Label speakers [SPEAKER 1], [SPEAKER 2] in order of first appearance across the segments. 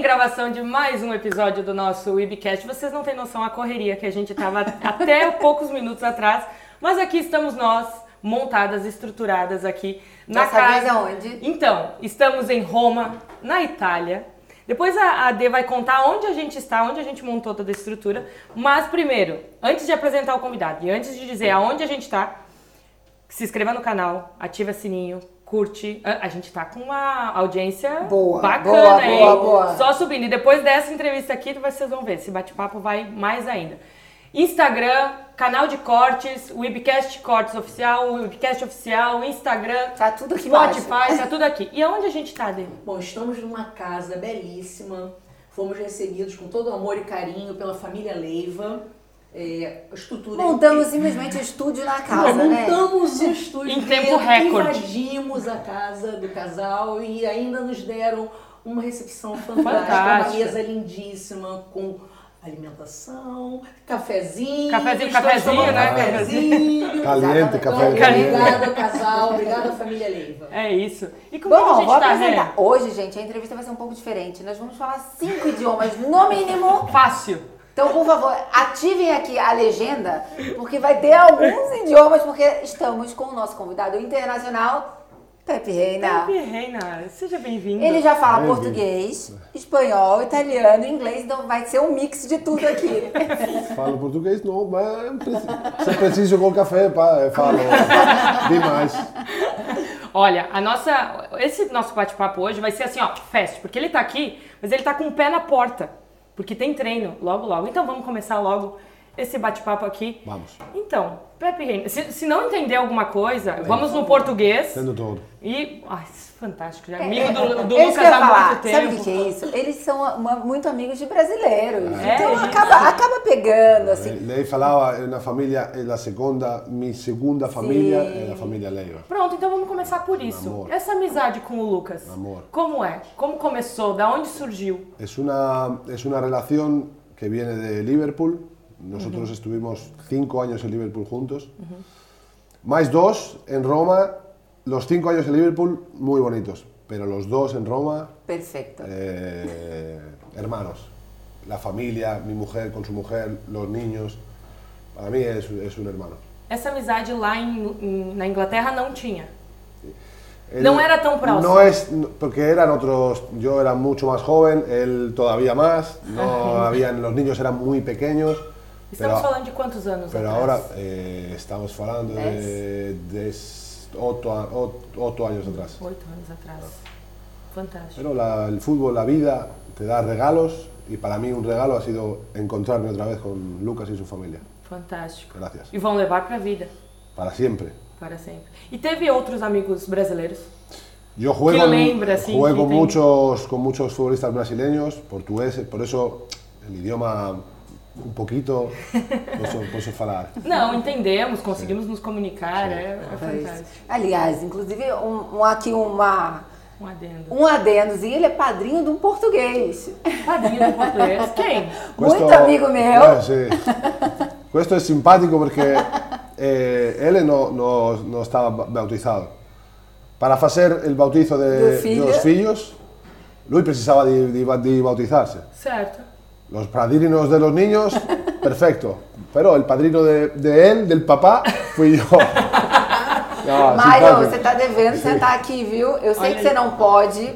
[SPEAKER 1] gravação de mais um episódio do nosso Webcast. Vocês não têm noção a correria que a gente estava até poucos minutos atrás, mas aqui estamos nós, montadas, estruturadas aqui na
[SPEAKER 2] Dessa
[SPEAKER 1] casa.
[SPEAKER 2] vez aonde?
[SPEAKER 1] Então, estamos em Roma, na Itália. Depois a, a Dê vai contar onde a gente está, onde a gente montou toda a estrutura. Mas primeiro, antes de apresentar o convidado e antes de dizer aonde a gente está, se inscreva no canal, ativa sininho, curte. A a gente tá com uma audiência
[SPEAKER 2] Boa,
[SPEAKER 1] bacana,
[SPEAKER 2] boa,
[SPEAKER 1] hein?
[SPEAKER 2] boa, boa.
[SPEAKER 1] Só subindo. E depois dessa entrevista aqui, vocês vão ver. Esse bate-papo vai mais ainda. Instagram, canal de cortes, Webcast Cortes Oficial, Webcast Oficial, Instagram,
[SPEAKER 2] Tá tudo aqui embaixo.
[SPEAKER 1] Spotify, tá tudo aqui. E aonde a gente tá, Dê?
[SPEAKER 3] Bom, estamos numa casa belíssima. Fomos recebidos com todo amor e carinho pela família Leiva. É, a estrutura.
[SPEAKER 2] Montamos simplesmente o estúdio na casa, né?
[SPEAKER 3] Montamos um estúdio.
[SPEAKER 1] Em tempo recorde.
[SPEAKER 3] Invadimos a casa do casal e ainda nos deram uma recepção fantástica.
[SPEAKER 1] Fantástica.
[SPEAKER 3] Uma mesa lindíssima com alimentação, cafezinho.
[SPEAKER 1] Cafezinho,
[SPEAKER 3] os dois
[SPEAKER 1] cafezinho,
[SPEAKER 3] tomando
[SPEAKER 1] né?
[SPEAKER 3] Cafezinho.
[SPEAKER 4] Caliente,
[SPEAKER 2] Exatamente.
[SPEAKER 4] café
[SPEAKER 3] Então,
[SPEAKER 1] Caliente.
[SPEAKER 3] Obrigada, casal. Obrigada, família Leiva.
[SPEAKER 1] É isso. E como que a
[SPEAKER 2] Bom,
[SPEAKER 1] gente
[SPEAKER 2] vou
[SPEAKER 1] tá,
[SPEAKER 2] apresentar.
[SPEAKER 1] Rê?
[SPEAKER 2] Hoje, gente, a entrevista vai ser um pouco diferente. Nós vamos falar cinco idiomas, no mínimo.
[SPEAKER 1] Fácil.
[SPEAKER 2] Então, por favor, ativem aqui a legenda, porque vai ter alguns idiomas, porque estamos com o nosso convidado internacional, Pepe Reina.
[SPEAKER 1] Pepe Reina, seja bem-vindo.
[SPEAKER 2] Ele já fala
[SPEAKER 4] Ai,
[SPEAKER 2] português, espanhol, italiano, inglês, então vai ser um mix de tudo aqui.
[SPEAKER 4] Falo português, não, mas preci- se preciso com café, pá, eu falo demais.
[SPEAKER 1] Olha, a nossa, esse nosso bate-papo hoje vai ser assim, ó, fast, porque ele tá aqui, mas ele tá com o pé na porta, porque tem treino logo, logo. Então vamos começar logo esse bate-papo aqui.
[SPEAKER 4] Vamos.
[SPEAKER 1] Então, Pepe Reina, se, se não entender alguma coisa, vamos no português
[SPEAKER 4] Tendo todo.
[SPEAKER 1] e... Ai, isso é fantástico, já é amigo do, do
[SPEAKER 2] É isso que
[SPEAKER 1] Lucas
[SPEAKER 2] eu ia
[SPEAKER 1] há
[SPEAKER 2] falar.
[SPEAKER 1] muito
[SPEAKER 2] Sabe o
[SPEAKER 1] tempo.
[SPEAKER 2] que que é isso? Eles são uma- muito amigos de brasileiros.
[SPEAKER 1] É,
[SPEAKER 2] então
[SPEAKER 1] gente.
[SPEAKER 2] acaba, acaba pegando, assim.
[SPEAKER 4] Lei falava, é uma família, é a segunda, minha segunda família é a família Leiva.
[SPEAKER 1] Pronto, então vamos começar por isso.
[SPEAKER 4] Amor.
[SPEAKER 1] Essa amizade com o Lucas,
[SPEAKER 4] Amor.
[SPEAKER 1] como é? Como começou? Da onde surgiu?
[SPEAKER 4] Es una, es una relación que viene de Liverpool. Nosotros estuvimos cinco años en Liverpool juntos. Más dos en Roma. Los cinco años en Liverpool muy bonitos, pero los dos en Roma
[SPEAKER 2] Perfeito.
[SPEAKER 1] É.
[SPEAKER 4] Eh, hermanos, la familia, mi mujer con su mujer, los niños. Para mí es, es un hermano.
[SPEAKER 1] Essa amizade lá em- em- na Inglaterra não tinha.
[SPEAKER 4] Él-
[SPEAKER 1] No era tan próximo.
[SPEAKER 4] No es, no- porque eran otros, yo era mucho más joven, él todavía más, no habían, los niños eran muy pequeños.
[SPEAKER 1] Estamos
[SPEAKER 4] pero,
[SPEAKER 1] falando de quantos anos
[SPEAKER 4] pero
[SPEAKER 1] atrás?
[SPEAKER 4] ahora eh, estamos hablando de, de ocho, a- ot- ocho años atrás.
[SPEAKER 1] Oito anos atrás. Fantástico.
[SPEAKER 4] Pero la- el fútbol, la vida, te da regalos y para mí un regalo ha sido encontrarme otra vez con Lucas y su familia.
[SPEAKER 1] Fantástico.
[SPEAKER 4] Gracias.
[SPEAKER 1] E vão levar pra vida,
[SPEAKER 4] Para siempre.
[SPEAKER 1] para sempre. E teve outros amigos brasileiros?
[SPEAKER 4] Yo juego,
[SPEAKER 1] Que lembra, sí,
[SPEAKER 4] jugué
[SPEAKER 1] que
[SPEAKER 4] con,
[SPEAKER 1] tenga.
[SPEAKER 4] muchos, con muchos futbolistas brasileños, portugueses, por eso el idioma un poquito puedo, puedo hablar.
[SPEAKER 1] Não, entendemos, conseguimos nos comunicar, é, é
[SPEAKER 2] Pois.
[SPEAKER 1] fantástico.
[SPEAKER 2] Aliás, inclusive, um, um aqui uma,
[SPEAKER 1] Um adendo. Um
[SPEAKER 2] um adenozinho, ele é padrinho de um português.
[SPEAKER 1] Padrinho do português. Quem?
[SPEAKER 2] Muito amigo meu.
[SPEAKER 4] Ah, sí. Esto es simpático porque eh, él no, no, no estaba ba- bautizado. Para hacer el bautizo
[SPEAKER 2] Do
[SPEAKER 4] de, de
[SPEAKER 2] filho.
[SPEAKER 4] los hijos, Luis precisaba de, de- de bautizarse.
[SPEAKER 1] Certo.
[SPEAKER 4] Los padrinos de los niños, perfecto. Pero el padrino de, de él, del papá, fui yo. No,
[SPEAKER 2] Mário,
[SPEAKER 4] simpático.
[SPEAKER 2] você tá devendo sentar aqui, viu? Eu sei
[SPEAKER 1] Olha
[SPEAKER 2] que você
[SPEAKER 1] aí.
[SPEAKER 2] não pode,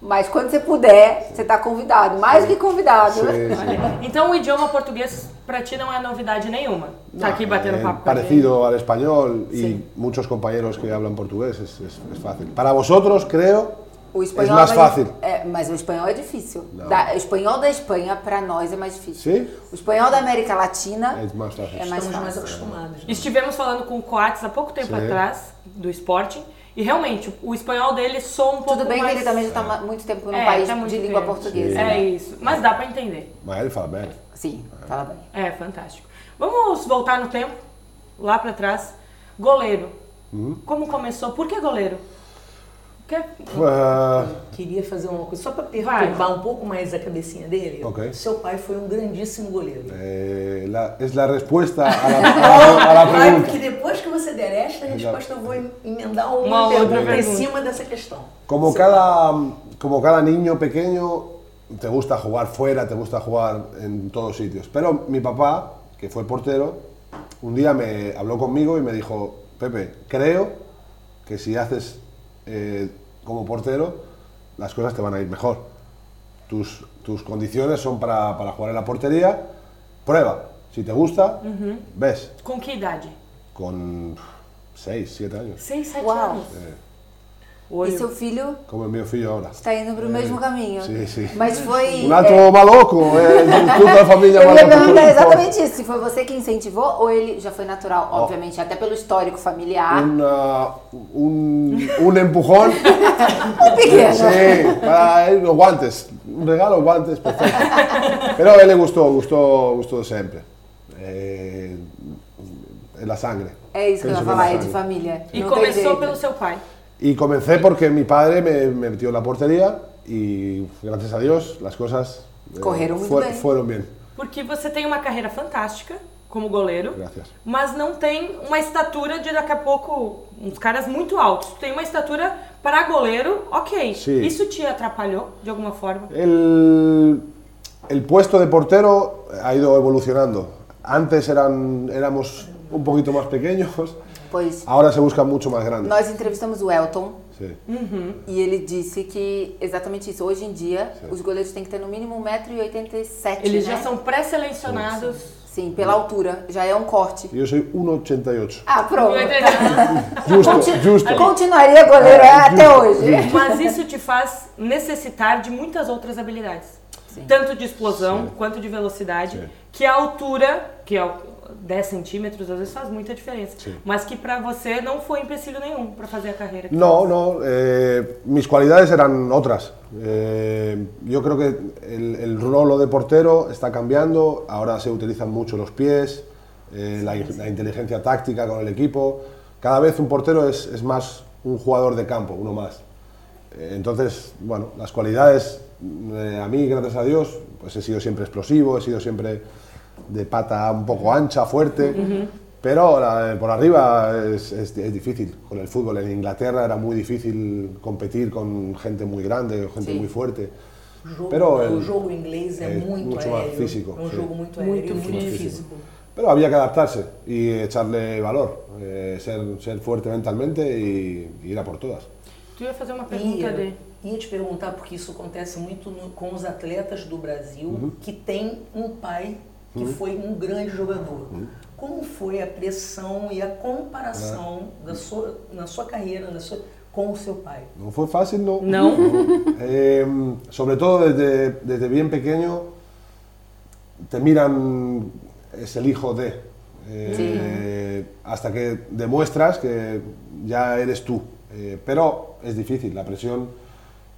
[SPEAKER 2] mas quando você puder, você tá convidado. Mais do que convidado. né?
[SPEAKER 4] Sí, sí.
[SPEAKER 1] Então o idioma português pra ti não é novidade nenhuma. Tá aqui batendo
[SPEAKER 4] Eh,
[SPEAKER 1] papo. com a gente.
[SPEAKER 4] Parecido al español y
[SPEAKER 1] Sí.
[SPEAKER 4] muchos compañeros que hablan portugués, es, es- es fácil. Para vosotros, creo,
[SPEAKER 2] O
[SPEAKER 4] es
[SPEAKER 2] espanhol
[SPEAKER 4] más
[SPEAKER 2] é
[SPEAKER 4] fácil.
[SPEAKER 2] É, mas o espanhol é difícil.
[SPEAKER 4] Não.
[SPEAKER 2] Da- o espanhol da Espanha, pra nós, é mais difícil.
[SPEAKER 4] ¿Sí?
[SPEAKER 2] O espanhol da América Latina
[SPEAKER 1] Um
[SPEAKER 4] Es más fácil.
[SPEAKER 2] é mais
[SPEAKER 3] Estamos mais
[SPEAKER 2] fácil.
[SPEAKER 3] acostumados. né?
[SPEAKER 1] Estivemos falando com o Coates há pouco tempo
[SPEAKER 4] Sim.
[SPEAKER 1] atrás, do esporte, e realmente o espanhol dele soa um pouco
[SPEAKER 2] Tudo bem
[SPEAKER 1] mais...
[SPEAKER 2] que ele também já tá ma- muito tempo num
[SPEAKER 1] É,
[SPEAKER 2] país
[SPEAKER 1] tá muito
[SPEAKER 2] de língua
[SPEAKER 1] diferente.
[SPEAKER 2] portuguesa.
[SPEAKER 1] É
[SPEAKER 2] né?
[SPEAKER 1] isso, mas dá pra entender.
[SPEAKER 4] Mael fala bem.
[SPEAKER 2] Sim, fala bem.
[SPEAKER 1] É, fantástico. Vamos voltar no tempo, lá pra trás. Goleiro.
[SPEAKER 2] Hum?
[SPEAKER 1] Como começou? Por que goleiro? Porque...
[SPEAKER 4] Eh,
[SPEAKER 3] Queria fazer uma coisa, só para perturbar um pouco mais a cabecinha dele.
[SPEAKER 4] Ok.
[SPEAKER 3] Seu pai foi um grandíssimo goleiro.
[SPEAKER 4] eh, la- es la respuesta a la, a la- a la
[SPEAKER 3] Vai,
[SPEAKER 4] pregunta.
[SPEAKER 3] porque depois que você der esta resposta, eu vou emendar uma,
[SPEAKER 1] Uma outra
[SPEAKER 3] pergunta em
[SPEAKER 1] pergunta.
[SPEAKER 3] cima dessa questão.
[SPEAKER 4] Como cada, como cada niño pequeño, te gusta jugar fuera, te gusta jugar en todos sitios. Pero mi papá, que fue portero, un día me habló conmigo y me dijo, Pepe, creo que si haces eh, como portero, las cosas te van a ir mejor. Tus, tus condiciones son para, para jugar en la portería, prueba. Si te gusta, ves.
[SPEAKER 1] Com que idade?
[SPEAKER 4] Con 6, 7 años.
[SPEAKER 1] 6, 7
[SPEAKER 2] Uau.
[SPEAKER 1] anos.
[SPEAKER 2] E seu filho
[SPEAKER 4] Como el mío filho ahora.
[SPEAKER 2] está indo pro mesmo caminho.
[SPEAKER 4] sim, sim.
[SPEAKER 2] Mas foi.
[SPEAKER 4] Un
[SPEAKER 2] é,
[SPEAKER 4] acto maluco, eh, culpa da familia
[SPEAKER 2] eu ia
[SPEAKER 4] maluca.
[SPEAKER 2] perguntar exatamente isso. Se foi você que incentivou ou ele já foi natural, obviamente, até pelo histórico familiar.
[SPEAKER 4] Un, ah, un, un empujón.
[SPEAKER 2] Um pequeno.
[SPEAKER 4] Sí, para él, los guantes. Un regalo, guantes, perfecto. Pero a él le gustó, gustó, gustó siempre. Eh, en la sangre.
[SPEAKER 2] É isso Eh, que eu ia
[SPEAKER 4] Pienso en la
[SPEAKER 2] falar, é de
[SPEAKER 4] sangre.
[SPEAKER 2] família.
[SPEAKER 1] E
[SPEAKER 2] Não tem
[SPEAKER 1] começou
[SPEAKER 2] jeito.
[SPEAKER 1] pelo seu pai.
[SPEAKER 4] Y comencé porque mi padre me, me metió en la portería y gracias a Dios las cosas eh,
[SPEAKER 2] Corrieron muy bien.
[SPEAKER 4] fueron bien.
[SPEAKER 1] Porque você tem uma carreira fantástica como goleiro,
[SPEAKER 4] Gracias.
[SPEAKER 1] mas não tem uma estatura de daqui a pouco uns caras muito altos. Tu tem uma estatura para goleiro, ok.
[SPEAKER 4] Sim.
[SPEAKER 1] Isso te atrapalhou de alguma forma?
[SPEAKER 4] El, el puesto de portero ha ido evolucionando. Antes eran, éramos un poquito más pequeños,
[SPEAKER 2] Pois
[SPEAKER 4] ahora se buscan mucho más grandes.
[SPEAKER 2] nós entrevistamos o Elton
[SPEAKER 4] Sí.
[SPEAKER 2] e ele disse que exatamente isso. Hoje em dia, os goleiros têm que ter no mínimo 1,87m.
[SPEAKER 1] Eles
[SPEAKER 2] né?
[SPEAKER 1] já são pré-selecionados.
[SPEAKER 2] Sim, pela altura. Já é um corte.
[SPEAKER 4] Yo soy 1,88.
[SPEAKER 2] Ah, pronto.
[SPEAKER 1] Eu entendi.
[SPEAKER 4] Justo, justo.
[SPEAKER 2] Continuaria goleiro é, até hoje.
[SPEAKER 1] Mas isso te faz necessitar de muitas outras habilidades. Tanto de explosão quanto de velocidade,
[SPEAKER 4] Sim.
[SPEAKER 1] que a altura, que é o- 10 centímetros, às vezes faz muita diferença.
[SPEAKER 4] Sim.
[SPEAKER 1] Mas que pra você não foi empecilho nenhum pra fazer a carreira. que
[SPEAKER 4] No, no, eh, mis cualidades eran otras. Eh, yo creo que el, el rolo de portero está cambiando, ahora se utilizan mucho los pies, eh, la, la inteligencia táctica con el equipo. Cada vez un portero es, es más un jugador de campo, uno más. Eh, entonces, bueno, las cualidades, eh, a mí, gracias a Dios, pues he sido siempre explosivo, he sido siempre de pata un poco ancha, fuerte, pero la- por arriba es, es- es difícil con el fútbol. En Inglaterra era muy difícil competir con gente muy grande, gente
[SPEAKER 2] Sí.
[SPEAKER 4] muy fuerte.
[SPEAKER 3] O jogo,
[SPEAKER 4] Pero
[SPEAKER 3] o
[SPEAKER 4] el-
[SPEAKER 3] jogo inglês é,
[SPEAKER 4] é
[SPEAKER 3] muito,
[SPEAKER 4] muito mais
[SPEAKER 3] aéreo.
[SPEAKER 4] físico,
[SPEAKER 3] é um
[SPEAKER 4] sim.
[SPEAKER 3] jogo muito aéreo,
[SPEAKER 1] Muito
[SPEAKER 3] muito, muito
[SPEAKER 1] físico.
[SPEAKER 3] físico.
[SPEAKER 4] Pero había que adaptarse y echarle valor, eh, ser, ser fuerte mentalmente y, y ir a por todas.
[SPEAKER 1] Tu ia fazer uma pergunta
[SPEAKER 3] Ia,
[SPEAKER 1] de.
[SPEAKER 3] ia te perguntar, porque isso acontece muito no- com os atletas do Brasil,
[SPEAKER 4] Uhum.
[SPEAKER 3] que tem um pai que foi um grande jogador.
[SPEAKER 4] Uhum.
[SPEAKER 3] Como foi a pressão e a comparação
[SPEAKER 4] Uhum.
[SPEAKER 3] da sua, na sua carreira na sua, com o seu pai?
[SPEAKER 4] No fue fácil, no.
[SPEAKER 1] Não?
[SPEAKER 4] Eh, sobre todo desde, desde bien pequeño te miran, es el hijo de. eh, Hasta que demuestras que ya eres tú. Eh, pero es difícil, la presión.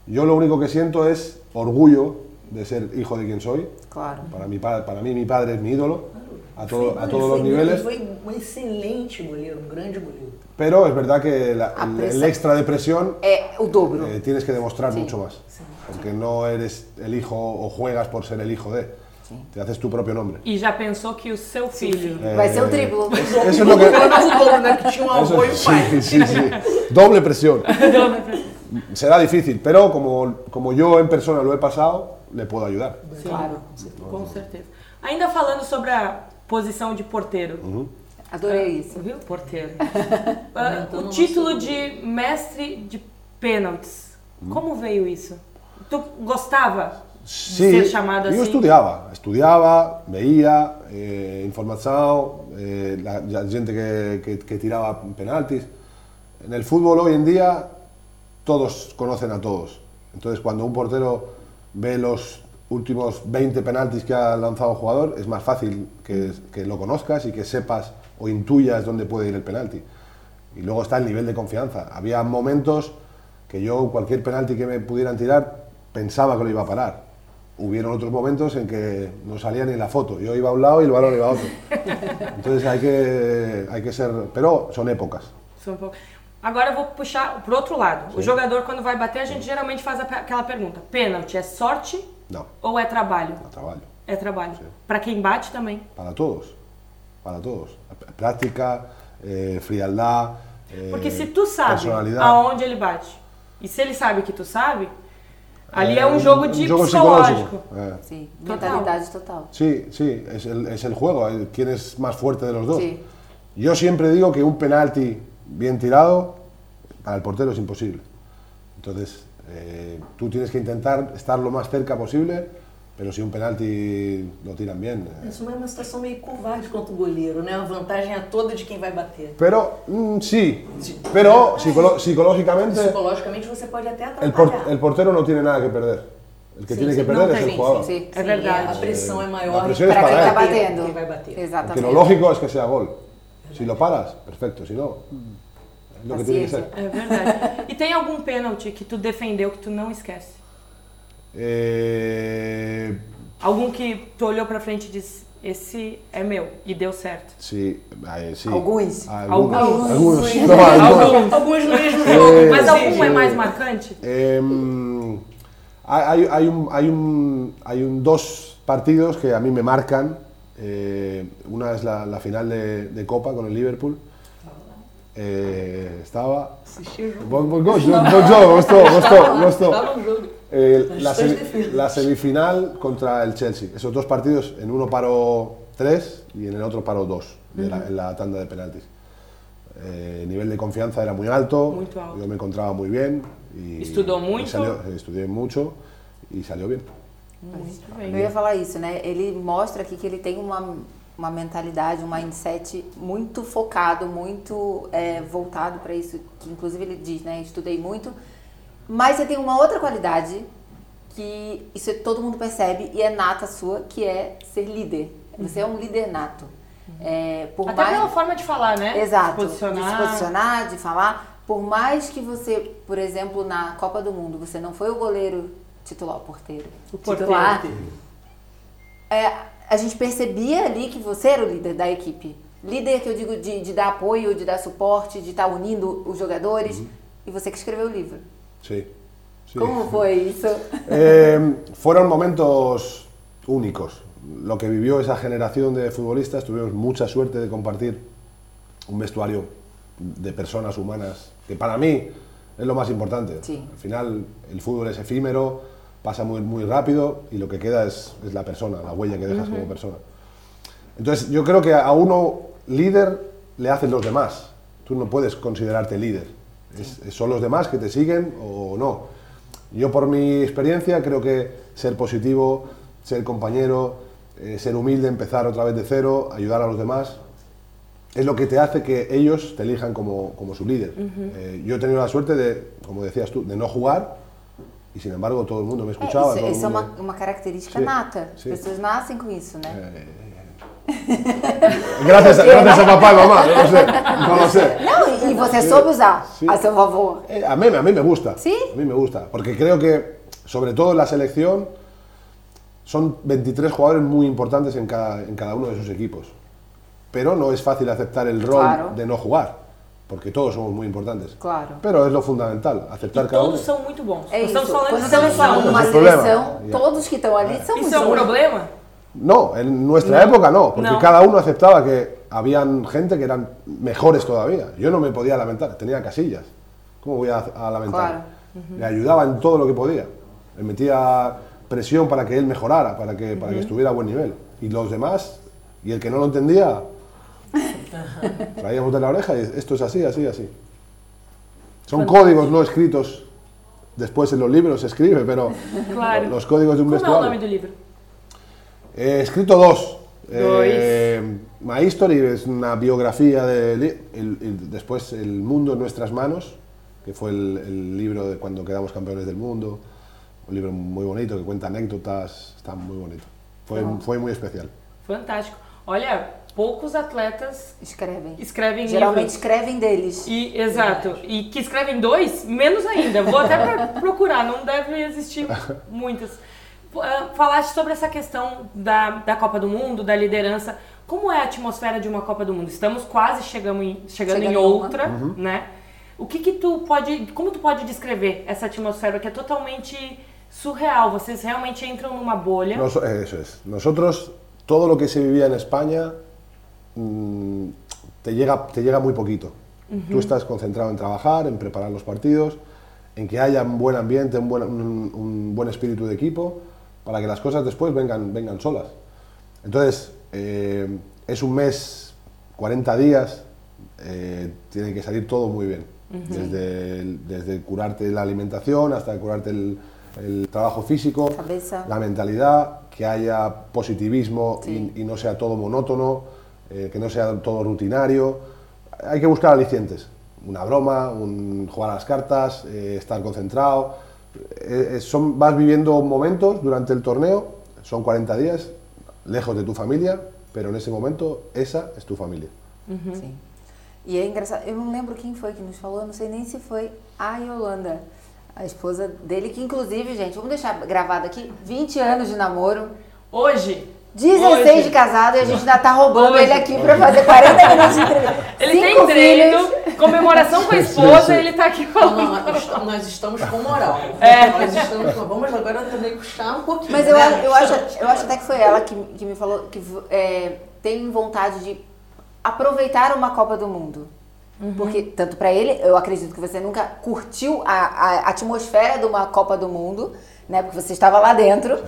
[SPEAKER 4] Yo lo único que siento es orgullo de ser hijo de quien soy.
[SPEAKER 2] Claro.
[SPEAKER 4] Para, mi pa- para mí mi padre es mi ídolo a, todo-
[SPEAKER 3] Foi-
[SPEAKER 4] a
[SPEAKER 3] ele
[SPEAKER 4] todos
[SPEAKER 3] foi-
[SPEAKER 4] los niveles.
[SPEAKER 3] Ele foi um excelente goleiro, um grande goleiro.
[SPEAKER 4] Pero es verdad que la- el- el
[SPEAKER 2] presión.
[SPEAKER 4] extra de presión
[SPEAKER 2] É o dobro.
[SPEAKER 4] Eh, tienes que demostrar
[SPEAKER 2] Sí.
[SPEAKER 4] mucho más. Porque no eres el hijo o juegas por ser el hijo de. Te haces tu propio nombre. Eh,
[SPEAKER 1] E já pensou que o seu filho.
[SPEAKER 4] É,
[SPEAKER 2] Vai ser o triplo.
[SPEAKER 4] Eso es lo que.
[SPEAKER 3] Pelo menos o dobro, né? Que tinha um avô
[SPEAKER 4] eso
[SPEAKER 3] e
[SPEAKER 4] es-
[SPEAKER 3] um pai.
[SPEAKER 4] sí, sí, sí. Doble presión. Será difícil, pero como, como yo en persona lo he pasado, le puedo ayudar.
[SPEAKER 2] Claro.
[SPEAKER 1] Com certeza. Ainda falando sobre a posição de porteiro.
[SPEAKER 2] Adorei isso.
[SPEAKER 1] Viu, porteiro? Ah,
[SPEAKER 3] Aumentando
[SPEAKER 1] o
[SPEAKER 3] o
[SPEAKER 1] título
[SPEAKER 3] nosso-
[SPEAKER 1] de mestre de pênaltis. Como veio isso? Tu gostava de
[SPEAKER 4] Sí,
[SPEAKER 1] ser chamado assim?
[SPEAKER 4] yo estudiaba, estudiaba, veía, eh, informazao, eh, la, la gente que, que- que tiraba penaltis. En el fútbol hoy en día todos conocen a todos. Entonces cuando un portero ve los últimos 20 penaltis que ha lanzado un jugador, es más fácil que, que lo conozcas y que sepas o intuyas dónde puede ir el penalti. Y luego está el nivel de confianza. Había momentos que yo cualquier penalti que me pudieran tirar pensaba que lo iba a parar. Hubieron otros momentos en que no salía ni la foto. Yo iba a un lado y el balón iba a otro. Entonces hay que, hay que ser... Pero son épocas.
[SPEAKER 1] Só um pouco. Agora eu vou puxar pro outro lado. O jogador, quando vai bater, a gente geralmente faz a- aquela pergunta: pênalti é sorte
[SPEAKER 4] No,
[SPEAKER 1] ou é trabalho?
[SPEAKER 4] no trabajo.
[SPEAKER 1] É trabalho. Pra quem bate também.
[SPEAKER 4] Para todos. Para todos. Práctica, eh, frialdad. eh,
[SPEAKER 1] É Porque se tu sabe
[SPEAKER 4] personalidad.
[SPEAKER 1] aonde ele bate, e se ele sabe que tu sabe, Ali é um jogo de
[SPEAKER 4] jogo
[SPEAKER 1] psicológico.
[SPEAKER 4] psicológico. Eh,
[SPEAKER 2] Sim,
[SPEAKER 1] Total.
[SPEAKER 2] mentalidade total.
[SPEAKER 4] Sí, sí, es el, es el juego, el- quién es más fuerte de los dos.
[SPEAKER 2] Sí.
[SPEAKER 4] Yo siempre digo que un penalti bien tirado para el portero es imposible. Entonces, eh, tú tienes que intentar estar lo más cerca posible, pero si un penalti lo tiran bien. eh.
[SPEAKER 3] Isso é uma situação meio covarde contra o goleiro, né? A vantagem é toda de quem vai bater.
[SPEAKER 4] Pero, mm, sí, pero psicolo- psicológicamente
[SPEAKER 3] Psicologicamente você pode até
[SPEAKER 4] el, por-
[SPEAKER 3] atrapalhar.
[SPEAKER 4] el portero no tiene nada que perder. El que
[SPEAKER 3] Sí,
[SPEAKER 4] tiene
[SPEAKER 3] sí,
[SPEAKER 4] que perder
[SPEAKER 1] no,
[SPEAKER 4] es el
[SPEAKER 1] sí,
[SPEAKER 4] jugador.
[SPEAKER 2] Sim,
[SPEAKER 1] É
[SPEAKER 2] sim,
[SPEAKER 1] verdade.
[SPEAKER 3] A pressão é maior
[SPEAKER 4] A pressão é
[SPEAKER 3] pra
[SPEAKER 4] para
[SPEAKER 2] quem
[SPEAKER 4] ele.
[SPEAKER 2] tá
[SPEAKER 3] bater,
[SPEAKER 2] batendo.
[SPEAKER 3] Quem vai bater.
[SPEAKER 4] Porque
[SPEAKER 2] Exatamente.
[SPEAKER 4] lo lógico es que sea gol. Si lo paras, perfecto. Si no, es lo que tiene que
[SPEAKER 2] Paciencia.
[SPEAKER 4] ser.
[SPEAKER 1] É verdade. E tem algum pênalti que tu defendeu que tu não esquece?
[SPEAKER 4] Eh,
[SPEAKER 1] Algum que tu olhou pra frente e disse, esse é meu, e deu certo.
[SPEAKER 4] sí, eh, sí.
[SPEAKER 2] Algunos.
[SPEAKER 4] Algunos.
[SPEAKER 1] Algunos.
[SPEAKER 4] Algunos. No, algunos.
[SPEAKER 1] Algum.
[SPEAKER 3] Alguns no mesmo
[SPEAKER 4] É,
[SPEAKER 3] jogo,
[SPEAKER 1] Mas
[SPEAKER 3] mas algum.
[SPEAKER 1] algum é mais marcante?
[SPEAKER 4] Em, hay, hay- hay un, hay un- hay un- dos partidos que a mí me marcan. Eh, una es la, la final de, de Copa con el Liverpool. Eh, estaba. Vos- vos- vos- yo- vos- yo, vos todo, vos todo, vos todo. Eh, la,
[SPEAKER 3] Estoy
[SPEAKER 4] semi-
[SPEAKER 3] difícil.
[SPEAKER 4] la semifinal contra el Chelsea. Esos dos partidos, en uno paro tres y en el otro paro dos de la- en la tanda de penaltis. Eh, el nivel de confianza era muy alto,
[SPEAKER 1] Muy alto.
[SPEAKER 4] yo me encontraba muy bien. Y
[SPEAKER 1] ¿Estudió
[SPEAKER 4] y
[SPEAKER 1] mucho?
[SPEAKER 4] salió- eh, estudié mucho y salió bien.
[SPEAKER 1] Muito
[SPEAKER 2] Eu
[SPEAKER 1] bem.
[SPEAKER 2] ia falar isso, né? Ele mostra aqui que ele tem uma, uma mentalidade, um mindset muito focado, muito é, voltado para isso. Que inclusive ele diz, né? Estudei muito. Mas você tem uma outra qualidade que isso é- todo mundo percebe e é nata sua, que é ser líder. Você é um líder nato. É, por
[SPEAKER 1] Uhum. Até
[SPEAKER 2] mais...
[SPEAKER 1] pela forma de falar, né?
[SPEAKER 2] Exato.
[SPEAKER 1] Se posicionar.
[SPEAKER 2] De se posicionar, de falar. Por mais que você, por exemplo, na Copa do Mundo, você não foi o goleiro titular, o porteiro.
[SPEAKER 1] O porteiro.
[SPEAKER 2] Titular, é, a gente percebia ali que você era o líder da equipe. Líder que eu digo de, de dar apoio, de dar suporte, de estar unindo os jogadores.
[SPEAKER 4] Uhum.
[SPEAKER 2] E você que escreveu o livro.
[SPEAKER 4] Sí. sí.
[SPEAKER 2] Como foi isso?
[SPEAKER 4] Eh, fueron momentos únicos. Lo que vivió esa generación de futbolistas, tuvimos mucha suerte de compartir un vestuario de personas humanas, que para mí es lo más importante.
[SPEAKER 2] Sí.
[SPEAKER 4] Al final el fútbol es efímero, pasa muy, muy rápido y lo que queda es, es la persona, la huella que dejas como persona. Entonces yo creo que a uno líder le hacen los demás. Tú no puedes considerarte líder. Es- es- son los demás que te siguen o no. Yo por mi experiencia creo que ser positivo, ser compañero, eh, ser humilde, empezar otra vez de cero, ayudar a los demás, es lo que te hace que ellos te elijan como, como su líder. Eh, yo he tenido la suerte de, como decías tú, de no jugar y sin embargo todo el mundo me
[SPEAKER 2] É,
[SPEAKER 4] escuchaba.
[SPEAKER 2] isso,
[SPEAKER 4] todo el
[SPEAKER 2] isso é uma,
[SPEAKER 4] mundo-
[SPEAKER 2] uma característica
[SPEAKER 4] Sim,
[SPEAKER 2] nata. As
[SPEAKER 4] sim.
[SPEAKER 2] pessoas nascem com isso, né?
[SPEAKER 4] Gracias, a- gracias a papá y mamá, no lo sé, no lo sé.
[SPEAKER 2] Não, e- e você soube usar
[SPEAKER 4] É. Sim.
[SPEAKER 2] a seu favor.
[SPEAKER 4] Eh, a, mí, a mí me gusta.
[SPEAKER 2] ¿Sí?
[SPEAKER 4] A mí me gusta. Porque creo que, sobre todo en la selección, son 23 jugadores muy importantes en cada, en cada uno de sus equipos. Pero no es fácil aceptar el rol
[SPEAKER 2] Claro.
[SPEAKER 4] de no jugar. Porque todos somos muy importantes.
[SPEAKER 2] Claro.
[SPEAKER 4] Pero es lo fundamental, aceptar
[SPEAKER 1] E
[SPEAKER 4] cada uno.
[SPEAKER 1] todos são muito bons.
[SPEAKER 2] É
[SPEAKER 1] Nós
[SPEAKER 2] isso.
[SPEAKER 1] estamos falando
[SPEAKER 2] Quando
[SPEAKER 1] de
[SPEAKER 2] estamos falando de
[SPEAKER 1] seleção.
[SPEAKER 2] uma
[SPEAKER 4] Esse é o problema.
[SPEAKER 2] seleção,
[SPEAKER 4] Yeah.
[SPEAKER 2] todos que estão ali são
[SPEAKER 1] Isso é um
[SPEAKER 2] bons.
[SPEAKER 1] problema?
[SPEAKER 4] No, en nuestra época no, porque
[SPEAKER 1] No.
[SPEAKER 4] cada uno aceptaba que habían gente que eran mejores todavía. Yo no me podía lamentar, tenía casillas. ¿Cómo voy a, a lamentar?
[SPEAKER 2] Claro.
[SPEAKER 4] Le ayudaba en todo lo que podía. Le metía presión para que él mejorara, para que, para que estuviera a buen nivel. Y los demás, y el que no lo entendía, traíamos de la oreja y esto es así, así, así. Son códigos no escritos. Después en los libros se escribe, pero
[SPEAKER 1] Claro.
[SPEAKER 4] los códigos de un
[SPEAKER 1] Como é
[SPEAKER 4] vestuario.
[SPEAKER 1] o nome do livro?
[SPEAKER 4] Eh, escrito dos. Eh, My History es una biografía de. li- el- el- después El Mundo en Nuestras Manos, que fue el, el libro de cuando quedamos campeones del mundo. Un libro muy bonito que cuenta anécdotas. Está muy bonito. Fue, fue muy especial.
[SPEAKER 1] Fantástico. Olha, poucos atletas
[SPEAKER 2] Escrevem.
[SPEAKER 1] escrevem
[SPEAKER 2] Geralmente
[SPEAKER 1] livros.
[SPEAKER 2] escrevem deles.
[SPEAKER 1] E, exato. E que escrevem dois, menos ainda. Vou até pra- procurar, não deve existir muitas. Pô, ah, Falaste sobre essa questão da, da Copa do Mundo, da liderança. Como é a atmosfera de uma Copa do Mundo? Estamos quase chegando em, chegando
[SPEAKER 2] Chegando
[SPEAKER 1] em
[SPEAKER 2] em
[SPEAKER 1] outra, né? O que que tu pode... Como tu pode descrever essa atmosfera que é totalmente surreal? Vocês realmente entram numa bolha.
[SPEAKER 4] Nos- eso es. Nosotros, todo lo que se vivía en España mm, te, llega, te llega muy poquito. Tú estás concentrado en trabajar, en preparar los partidos, en que haya un buen ambiente, un buen, un- un buen espíritu de equipo, para que las cosas después vengan, vengan solas. Entonces, eh, es un mes, 40 días, eh, tiene que salir todo muy bien. desde, el- desde curarte la alimentación hasta curarte el, el trabajo físico,
[SPEAKER 2] Cabeza.
[SPEAKER 4] la mentalidad, que haya positivismo
[SPEAKER 2] Sí.
[SPEAKER 4] y, y no sea todo monótono, eh, que no sea todo rutinario. Hay que buscar alicientes. Una broma, un jugar a las cartas, eh, estar concentrado. Eh, eh, son, vas viviendo momentos durante el torneo, son 40 días, lejos de tu familia, pero en ese momento esa es tu familia.
[SPEAKER 2] Uhum. Sim. E é engraçado, eu não lembro quem foi que nos falou, eu não sei nem se foi a Yolanda, a esposa dele, que inclusive, gente, vamos deixar gravado aqui, 20 anos de namoro,
[SPEAKER 1] Hoje.
[SPEAKER 2] 16
[SPEAKER 1] hoje,
[SPEAKER 2] de casado e a gente ainda tá roubando
[SPEAKER 1] Hoje.
[SPEAKER 2] ele aqui pra fazer 40 minutos de entrevista.
[SPEAKER 1] Ele tem
[SPEAKER 2] Cinco
[SPEAKER 1] treino,
[SPEAKER 2] filhos. Uhum.
[SPEAKER 1] comemoração com a esposa, ele tá aqui
[SPEAKER 3] Não,
[SPEAKER 1] falando.
[SPEAKER 3] não, nós est- nós estamos com moral.
[SPEAKER 1] É.
[SPEAKER 3] Nós estamos com... Vamos agora também puxar um pouquinho.
[SPEAKER 2] Mas eu,
[SPEAKER 3] né?
[SPEAKER 2] a- eu, acho, eu acho até que foi ela que, que me falou que vo- é, tem vontade de aproveitar uma Copa do Mundo. Porque, tanto pra ele, eu acredito que você nunca curtiu a, a atmosfera de uma Copa do Mundo, né? Porque você estava lá dentro.
[SPEAKER 3] É.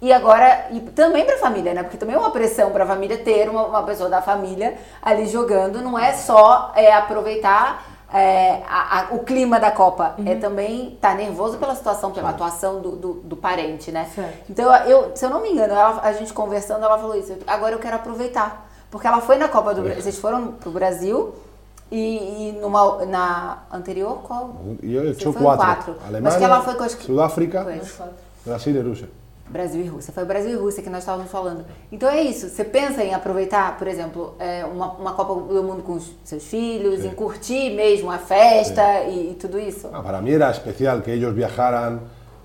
[SPEAKER 2] E agora, e também pra família, né? Porque também é uma pressão pra família ter uma, uma pessoa da família ali jogando. Não é só é, aproveitar é, a- a- o clima da Copa. É também tá nervoso pela situação, pela atuação do, do, do parente, né?
[SPEAKER 1] Certo.
[SPEAKER 2] Então, eu, se eu não me engano, ela- a gente conversando, ela falou isso. Agora eu quero aproveitar. Porque ela foi na Copa do Brasil. Vocês foram pro Brasil e, e numa, na anterior, qual?
[SPEAKER 4] Y yo he
[SPEAKER 2] Você
[SPEAKER 4] hecho
[SPEAKER 2] foi em
[SPEAKER 4] cuatro.
[SPEAKER 2] quatro. Mas que Pues,
[SPEAKER 4] Alemania,
[SPEAKER 2] ela foi com as...
[SPEAKER 4] Sudáfrica,
[SPEAKER 2] Foi.
[SPEAKER 4] Brasil y Rusia.
[SPEAKER 2] Brasil e Rússia. Foi Brasil e Rússia que nós estávamos falando. Então é isso. Você pensa em aproveitar, por exemplo, é, uma, uma Copa do Mundo com os seus filhos,
[SPEAKER 4] Sim.
[SPEAKER 2] em curtir mesmo a festa e, e tudo isso?
[SPEAKER 4] Ah, para mí era especial que ellos viajaran,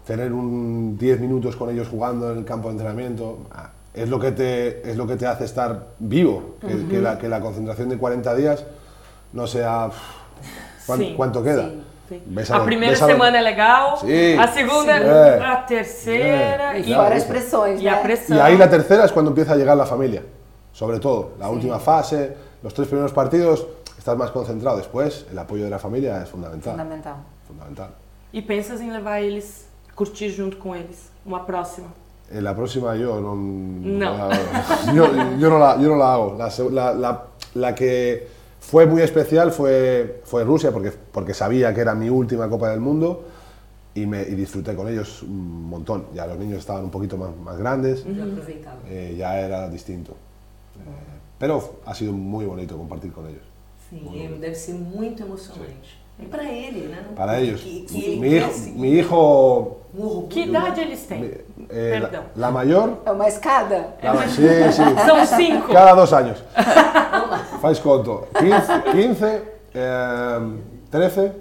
[SPEAKER 4] tener un 10 minutos con ellos jugando en el campo de entrenamiento. Ah, Es lo que te, es lo que te hace estar vivo, que, que la, que la concentración de 40 días no sea... pff, ¿cuán-
[SPEAKER 1] Sí,
[SPEAKER 4] ¿Cuánto queda?
[SPEAKER 2] sí,
[SPEAKER 1] Sim.
[SPEAKER 4] Ves
[SPEAKER 1] A
[SPEAKER 4] lo-
[SPEAKER 1] primeira
[SPEAKER 4] ves lo-
[SPEAKER 1] semana é legal,
[SPEAKER 4] Sim.
[SPEAKER 1] a segunda,
[SPEAKER 4] Sim. É.
[SPEAKER 1] a terceira
[SPEAKER 4] É.
[SPEAKER 2] E
[SPEAKER 1] e,
[SPEAKER 2] fora
[SPEAKER 4] claro,
[SPEAKER 2] as
[SPEAKER 4] isso.
[SPEAKER 2] pressões,
[SPEAKER 1] e a
[SPEAKER 2] né?
[SPEAKER 4] Y
[SPEAKER 1] pressão.
[SPEAKER 4] ahí la tercera es cuando empieza a llegar la familia, sobre todo. La última fase, los tres primeros partidos, estás más concentrado. Después, el apoyo de la familia es fundamental.
[SPEAKER 2] Fundamental.
[SPEAKER 4] fundamental.
[SPEAKER 1] E pensas em levar eles, curtir junto com eles, uma próxima.
[SPEAKER 4] Eh, la próxima yo no,
[SPEAKER 1] No.
[SPEAKER 4] la hago. yo, yo no la, yo no la hago. La, se- la- la- la que fue muy especial fue, fue Rusia, porque, porque sabía que era mi última Copa del Mundo y, me, y disfruté con ellos un montón. Ya los niños estaban un poquito más, más grandes,
[SPEAKER 3] Já aproveitava.
[SPEAKER 4] eh, ya era distinto. Eh, pero ha sido muy bonito compartir con ellos.
[SPEAKER 3] Sim, ele deve ser muito emocionante. E para ele, né?
[SPEAKER 4] Para ellos,
[SPEAKER 3] Que, que ele
[SPEAKER 4] mi,
[SPEAKER 3] quer
[SPEAKER 4] hijo,
[SPEAKER 3] seguir
[SPEAKER 4] mi hijo,
[SPEAKER 3] um orgulho.
[SPEAKER 1] Que idade eles têm?
[SPEAKER 4] eh, eh, la-
[SPEAKER 1] Perdón.
[SPEAKER 4] la mayor,
[SPEAKER 2] É uma escada?
[SPEAKER 4] la- sí, sí.
[SPEAKER 1] né? São cinco.
[SPEAKER 4] Cada dos años. Fais conto. 15, 15 eh, 13,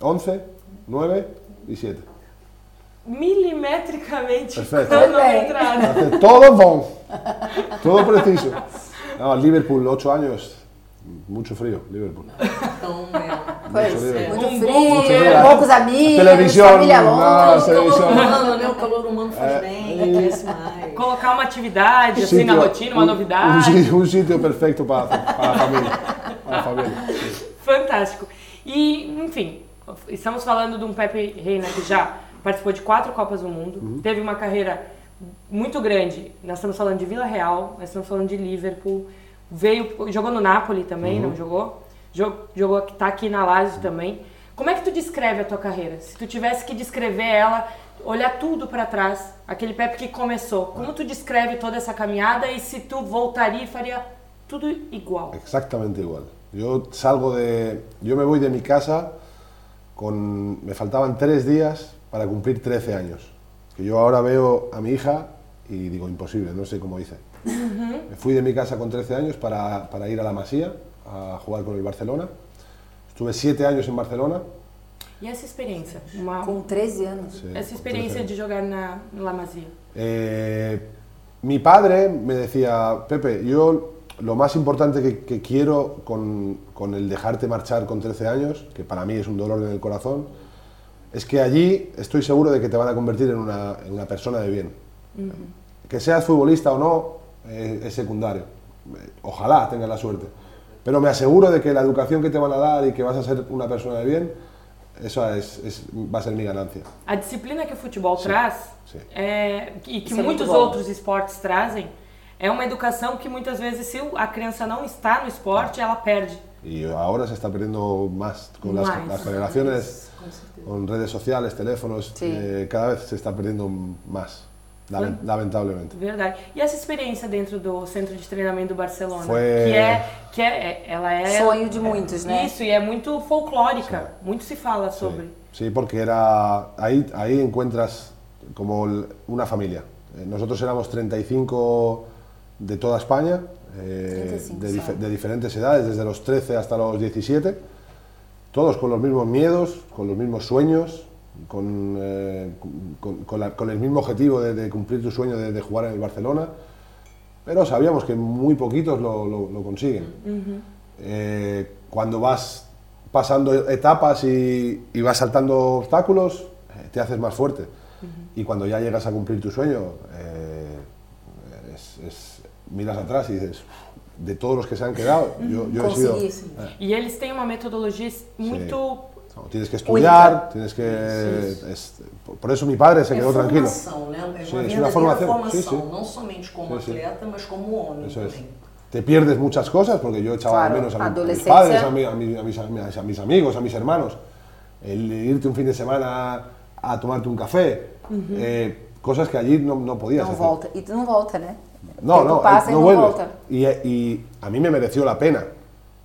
[SPEAKER 4] 11, 9 y 7.
[SPEAKER 1] Milimetricamente um
[SPEAKER 4] Perfeito.
[SPEAKER 1] cronometrado.
[SPEAKER 4] Hace todo bon. Todo preciso. No, Liverpool, 8 años. Mucho frío, Liverpool.
[SPEAKER 3] Então, é,
[SPEAKER 2] Pois,
[SPEAKER 4] Muito frio.
[SPEAKER 2] muito
[SPEAKER 1] Um
[SPEAKER 2] frio, né?
[SPEAKER 4] frio.
[SPEAKER 2] poucos amigos,
[SPEAKER 4] Televisão,
[SPEAKER 1] ah,
[SPEAKER 2] família
[SPEAKER 4] não,
[SPEAKER 2] longe.
[SPEAKER 4] televisão.
[SPEAKER 3] o calor
[SPEAKER 4] isso-
[SPEAKER 3] humano, né? O calor humano faz
[SPEAKER 4] É,
[SPEAKER 3] bem, cresce mais.
[SPEAKER 1] Colocar uma atividade, assim, na
[SPEAKER 4] Sitio-
[SPEAKER 1] rotina, uma
[SPEAKER 4] un- Un,
[SPEAKER 1] novidade.
[SPEAKER 4] sitio, un sitio perfecto para, para la familia. Para la familia. sí.
[SPEAKER 1] Fantástico. E, enfim, estamos falando de um Pepe Reina que já participou de quatro Copas do Mundo, teve uma carreira muito grande. Nós estamos falando de Vila Real, nós estamos falando de Liverpool, veio, jogou no Napoli também, não jogou? Jogou, jogou tá aqui na Lazio também. Como é que tu descreve a tua carreira? Se tu tivesse que descrever ela, olhar tudo pra trás, aquele Pepe que começou, como tu descreve toda essa caminhada e se tu voltaria e faria tudo igual?
[SPEAKER 4] Exactamente igual. Yo salgo de. Yo me voy de mi casa con. Me faltaban tres días para cumplir 13 años. Que yo ahora veo a mi hija y digo, imposible, no sé cómo hice. Me fui de mi casa con 13 años para, para ir a la Masía a jugar con el Barcelona. Estuve siete años en Barcelona.
[SPEAKER 1] E essa experiência? Uma,
[SPEAKER 2] Com 13 anos.
[SPEAKER 4] Sí,
[SPEAKER 1] Essa
[SPEAKER 4] con 13
[SPEAKER 1] experiência
[SPEAKER 4] años.
[SPEAKER 1] de jogar na no La Masia.
[SPEAKER 4] Eh, mi padre me decía, Pepe, yo lo más importante que, que quiero con, con el dejarte marchar con 13 años, que para mí es un dolor en el corazón, es que allí estoy seguro de que te van a convertir en una, en una persona de bien. Que seas futbolista o no, eh, es secundario. Eh, Ojalá tengas la suerte. Pero me aseguro de que la educación que te van a dar y que vas a ser una persona de bien, Eso es, es- va a ser mi ganancia.
[SPEAKER 1] A disciplina que o futebol traz
[SPEAKER 4] sim.
[SPEAKER 1] é- e que
[SPEAKER 2] Isso é muito
[SPEAKER 1] muitos
[SPEAKER 2] bom.
[SPEAKER 1] outros esportes trazem é uma educação que muitas vezes, se o- a criança não está no esporte, ela perde.
[SPEAKER 4] Y ahora se está perdiendo más con las,
[SPEAKER 1] Más.
[SPEAKER 4] las generaciones, con redes sociales, teléfonos,
[SPEAKER 2] Sí.
[SPEAKER 4] eh, cada vez se está perdiendo más, lamen- lamentablemente.
[SPEAKER 1] Verdade. E essa experiência dentro do centro de treinamento do Barcelona,
[SPEAKER 4] Foi-
[SPEAKER 1] que é que é, ela é
[SPEAKER 2] Sonho de muitos, né?
[SPEAKER 1] Isso e é muito folclórica. Muito se fala sobre.
[SPEAKER 4] Sí, porque era ahí, ahí encuentras como el- una familia. Eh, Nosotros éramos 35 de toda España, eh,
[SPEAKER 2] 35,
[SPEAKER 4] de, dife-
[SPEAKER 2] sí.
[SPEAKER 4] de diferentes edades, desde los 13 hasta los 17, todos con los mismos miedos, con los mismos sueños, con, eh, con- con la- con el mismo objetivo de, de cumplir tu sueño de, de jugar en el Barcelona, pero sabíamos que muy poquitos lo, lo- lo consiguen. Eh, cuando vas pasando etapas y, y vas saltando obstáculos, eh, te haces más fuerte. Y cuando ya llegas a cumplir tu sueño, eh, es- es- miras atrás y dices, de todos los que se han quedado, yo, yo he sido...
[SPEAKER 2] Conseguir.
[SPEAKER 1] E eles têm uma metodologia muito
[SPEAKER 4] No, Tienes que estudiar, tienes que... es- por eso mi padre se
[SPEAKER 3] É
[SPEAKER 4] quedó Tá tranquilo.
[SPEAKER 3] formação, né? É uma
[SPEAKER 4] Sim, isso é
[SPEAKER 3] verdadeira
[SPEAKER 4] formação.
[SPEAKER 3] formação,
[SPEAKER 4] Sim, sim.
[SPEAKER 3] não somente como
[SPEAKER 4] Sim, sim.
[SPEAKER 3] atleta, mas como homem
[SPEAKER 4] Eso es.
[SPEAKER 3] também.
[SPEAKER 4] Te pierdes muchas cosas porque yo echaba
[SPEAKER 2] Claro,
[SPEAKER 4] de menos a, mi- a mis
[SPEAKER 2] adolescencia.
[SPEAKER 4] padres, a, mi- a mis, a mis- a mis- a mis amigos, a mis hermanos. El irte un fin de semana a, tomarte un café. eh, cosas que allí no, no podías
[SPEAKER 2] Não
[SPEAKER 4] hacer.
[SPEAKER 2] volta. E tu não volta, né?
[SPEAKER 4] No,
[SPEAKER 2] Tempo
[SPEAKER 4] no,
[SPEAKER 2] passa
[SPEAKER 4] eh,
[SPEAKER 2] e
[SPEAKER 4] no
[SPEAKER 2] não
[SPEAKER 4] vuelves.
[SPEAKER 2] volta.
[SPEAKER 4] Y, y a mí me mereció la pena.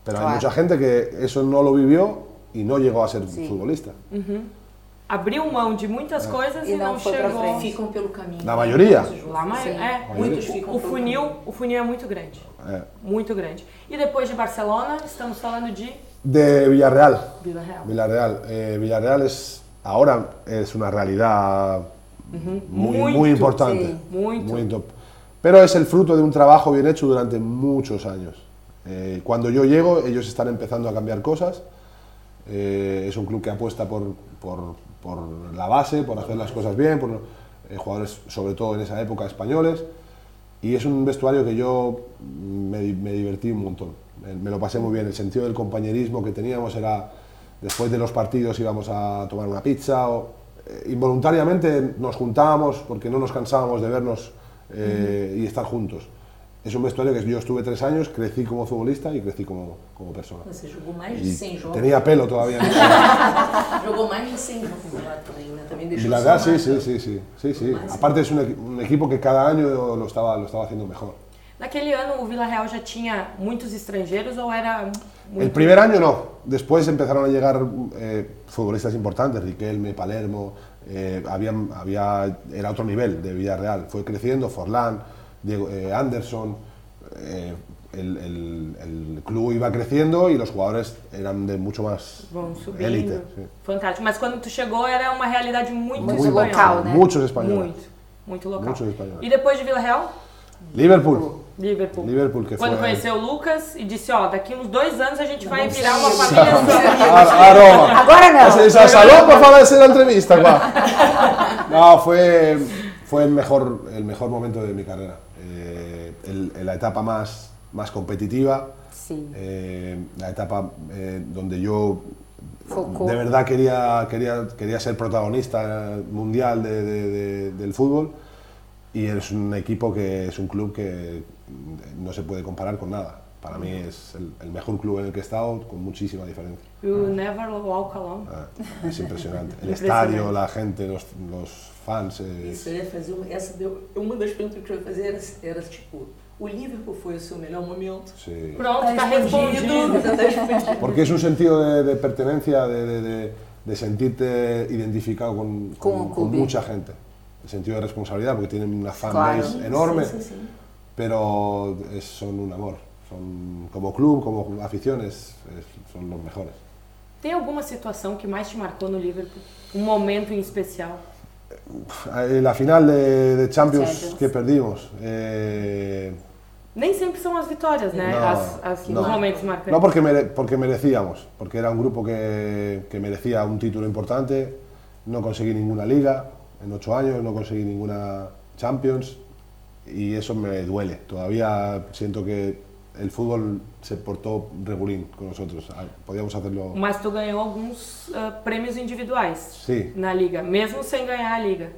[SPEAKER 4] Pero hay
[SPEAKER 2] Claro.
[SPEAKER 4] mucha gente que eso no lo vivió y no llegó a ser
[SPEAKER 2] Sí.
[SPEAKER 4] futbolista.
[SPEAKER 1] abriu mão de
[SPEAKER 4] É.
[SPEAKER 1] muitas coisas
[SPEAKER 2] E
[SPEAKER 1] e,
[SPEAKER 2] não
[SPEAKER 1] não,
[SPEAKER 2] foi pra
[SPEAKER 1] chegou.
[SPEAKER 2] frente.
[SPEAKER 3] Ficam pelo caminho.
[SPEAKER 4] Na maioria?
[SPEAKER 1] Lá, mas
[SPEAKER 2] Sim.
[SPEAKER 1] é,
[SPEAKER 3] Muitos
[SPEAKER 1] o-
[SPEAKER 3] ficam
[SPEAKER 1] o
[SPEAKER 3] pelo
[SPEAKER 1] funil,
[SPEAKER 3] caminho.
[SPEAKER 1] o funil é muito grande,
[SPEAKER 4] Eh,
[SPEAKER 1] muito grande. E depois de Barcelona, estamos falando de
[SPEAKER 4] de Villarreal.
[SPEAKER 1] Vila Real.
[SPEAKER 4] Villarreal. eh, Villarreal es ahora es una realidad muy,
[SPEAKER 1] Muy
[SPEAKER 4] muy
[SPEAKER 1] top,
[SPEAKER 4] importante.
[SPEAKER 2] sí,
[SPEAKER 1] muy
[SPEAKER 4] top. Pero es el fruto de un trabajo bien hecho durante muchos años. Eh, cuando yo llego, ellos están empezando a cambiar cosas. Eh, es un club que apuesta por, por- por la base, por hacer las cosas bien, por eh, jugadores, sobre todo en esa época, españoles. Y es un vestuario que yo me, di- me divertí un montón. Me, me lo pasé muy bien. El sentido del compañerismo que teníamos era, después de los partidos íbamos a tomar una pizza. O, eh, involuntariamente nos juntábamos porque no nos cansábamos de vernos eh, y estar juntos. Es un vestuario que yo estuve tres años, crecí como futbolista y crecí como, como persona.
[SPEAKER 3] Você jogou mais de
[SPEAKER 4] Y
[SPEAKER 3] 100 jogos.
[SPEAKER 4] tenía pelo todavía.
[SPEAKER 3] Jogou mais de 100 jogos lá também, né? Também deixou
[SPEAKER 4] La verdad,
[SPEAKER 3] sua
[SPEAKER 4] sí,
[SPEAKER 3] marca.
[SPEAKER 4] sí, sí, sí, sí, sí. Aparte es un, equi- un equipo que cada año lo estaba, lo estaba haciendo mejor.
[SPEAKER 1] Naquele ano o Vila Real já tinha muitos estrangeiros ou era
[SPEAKER 4] El
[SPEAKER 1] muito...
[SPEAKER 4] primer año no. Después empezaron a llegar eh, futbolistas importantes, Riquelme, Palermo, eh, había, había, era otro nivel de Villarreal. Fue creciendo Forlán, Diego, eh, Anderson, eh, el, el- el club iba creciendo y los jugadores eran de mucho más
[SPEAKER 1] vão subindo?
[SPEAKER 4] élite. sí.
[SPEAKER 1] Fantástico. Mas quando tu chegou era uma realidade muito,
[SPEAKER 2] Muito
[SPEAKER 1] espanhola.
[SPEAKER 2] local, né?
[SPEAKER 4] Muchos españoles.
[SPEAKER 1] Muito, muito local.
[SPEAKER 4] Muitos espanhóis.
[SPEAKER 1] E depois de Vila Real,
[SPEAKER 4] Liverpool.
[SPEAKER 1] Liverpool.
[SPEAKER 4] Liverpool, que
[SPEAKER 1] Quando
[SPEAKER 4] foi-
[SPEAKER 1] conheceu o Lucas e disse, ó, daqui uns dois anos a gente vai virar uma família só.
[SPEAKER 4] A- a Roma.
[SPEAKER 2] Agora não.
[SPEAKER 4] Ah, Ese- ese salón, por favor, hacer la entrevista, va. No, fue, fue el, mejor, el mejor momento de mi carrera. Eh, el- el- la etapa más, más competitiva,
[SPEAKER 2] Sim.
[SPEAKER 4] eh, la etapa eh, donde yo
[SPEAKER 2] Focó.
[SPEAKER 4] de verdad quería, quería, quería ser protagonista mundial de- de- de- del fútbol. Y es un equipo que es un club que no se puede comparar con nada. Para mí es el, el mejor club en el que he estado, con muchísima diferencia.
[SPEAKER 1] You never walk alone.
[SPEAKER 4] Ah, es impresionante. El
[SPEAKER 1] Impresionante.
[SPEAKER 4] estadio, la gente, los, los fans. eh,
[SPEAKER 3] Isso, eu ia fazer uma, essa deu, uma das perguntas que eu ia fazer era, era tipo, o Liverpool foi o seu melhor momento?
[SPEAKER 4] sí.
[SPEAKER 1] Pronto, tá respondido.
[SPEAKER 3] Tá respondido.
[SPEAKER 4] Porque es un sentido de, de pertenencia, de, de- de- de sentirte identificado con,
[SPEAKER 2] Con un club.
[SPEAKER 4] mucha gente. El sentido de responsabilidad, porque tienen una fan
[SPEAKER 2] Claro.
[SPEAKER 4] base enorme,
[SPEAKER 3] Sim, sim, sim.
[SPEAKER 4] pero es- son un amor. Son como club, como aficiones, es- son los mejores.
[SPEAKER 1] Tem alguma situação que mais te marcou no Liverpool? Um momento em especial?
[SPEAKER 4] Eh, La final de, de Champions,
[SPEAKER 2] Champions.
[SPEAKER 4] que perdimos. eh,
[SPEAKER 1] Nem sempre são as vitórias, né?
[SPEAKER 4] Não,
[SPEAKER 1] as, as-
[SPEAKER 4] não.
[SPEAKER 1] Os momentos marcantes.
[SPEAKER 4] No porque, mere- porque merecíamos, porque era un grupo que, que merecía un título importante. No conseguí ninguna liga en ocho años, no conseguí ninguna Champions y eso me duele. Todavía siento que el fútbol se portó regulín con nosotros. Ah, Podíamos hacerlo.
[SPEAKER 1] Mas tu ganhou alguns ah, prêmios individuais
[SPEAKER 4] Sim.
[SPEAKER 1] na liga, mesmo sem ganhar a liga.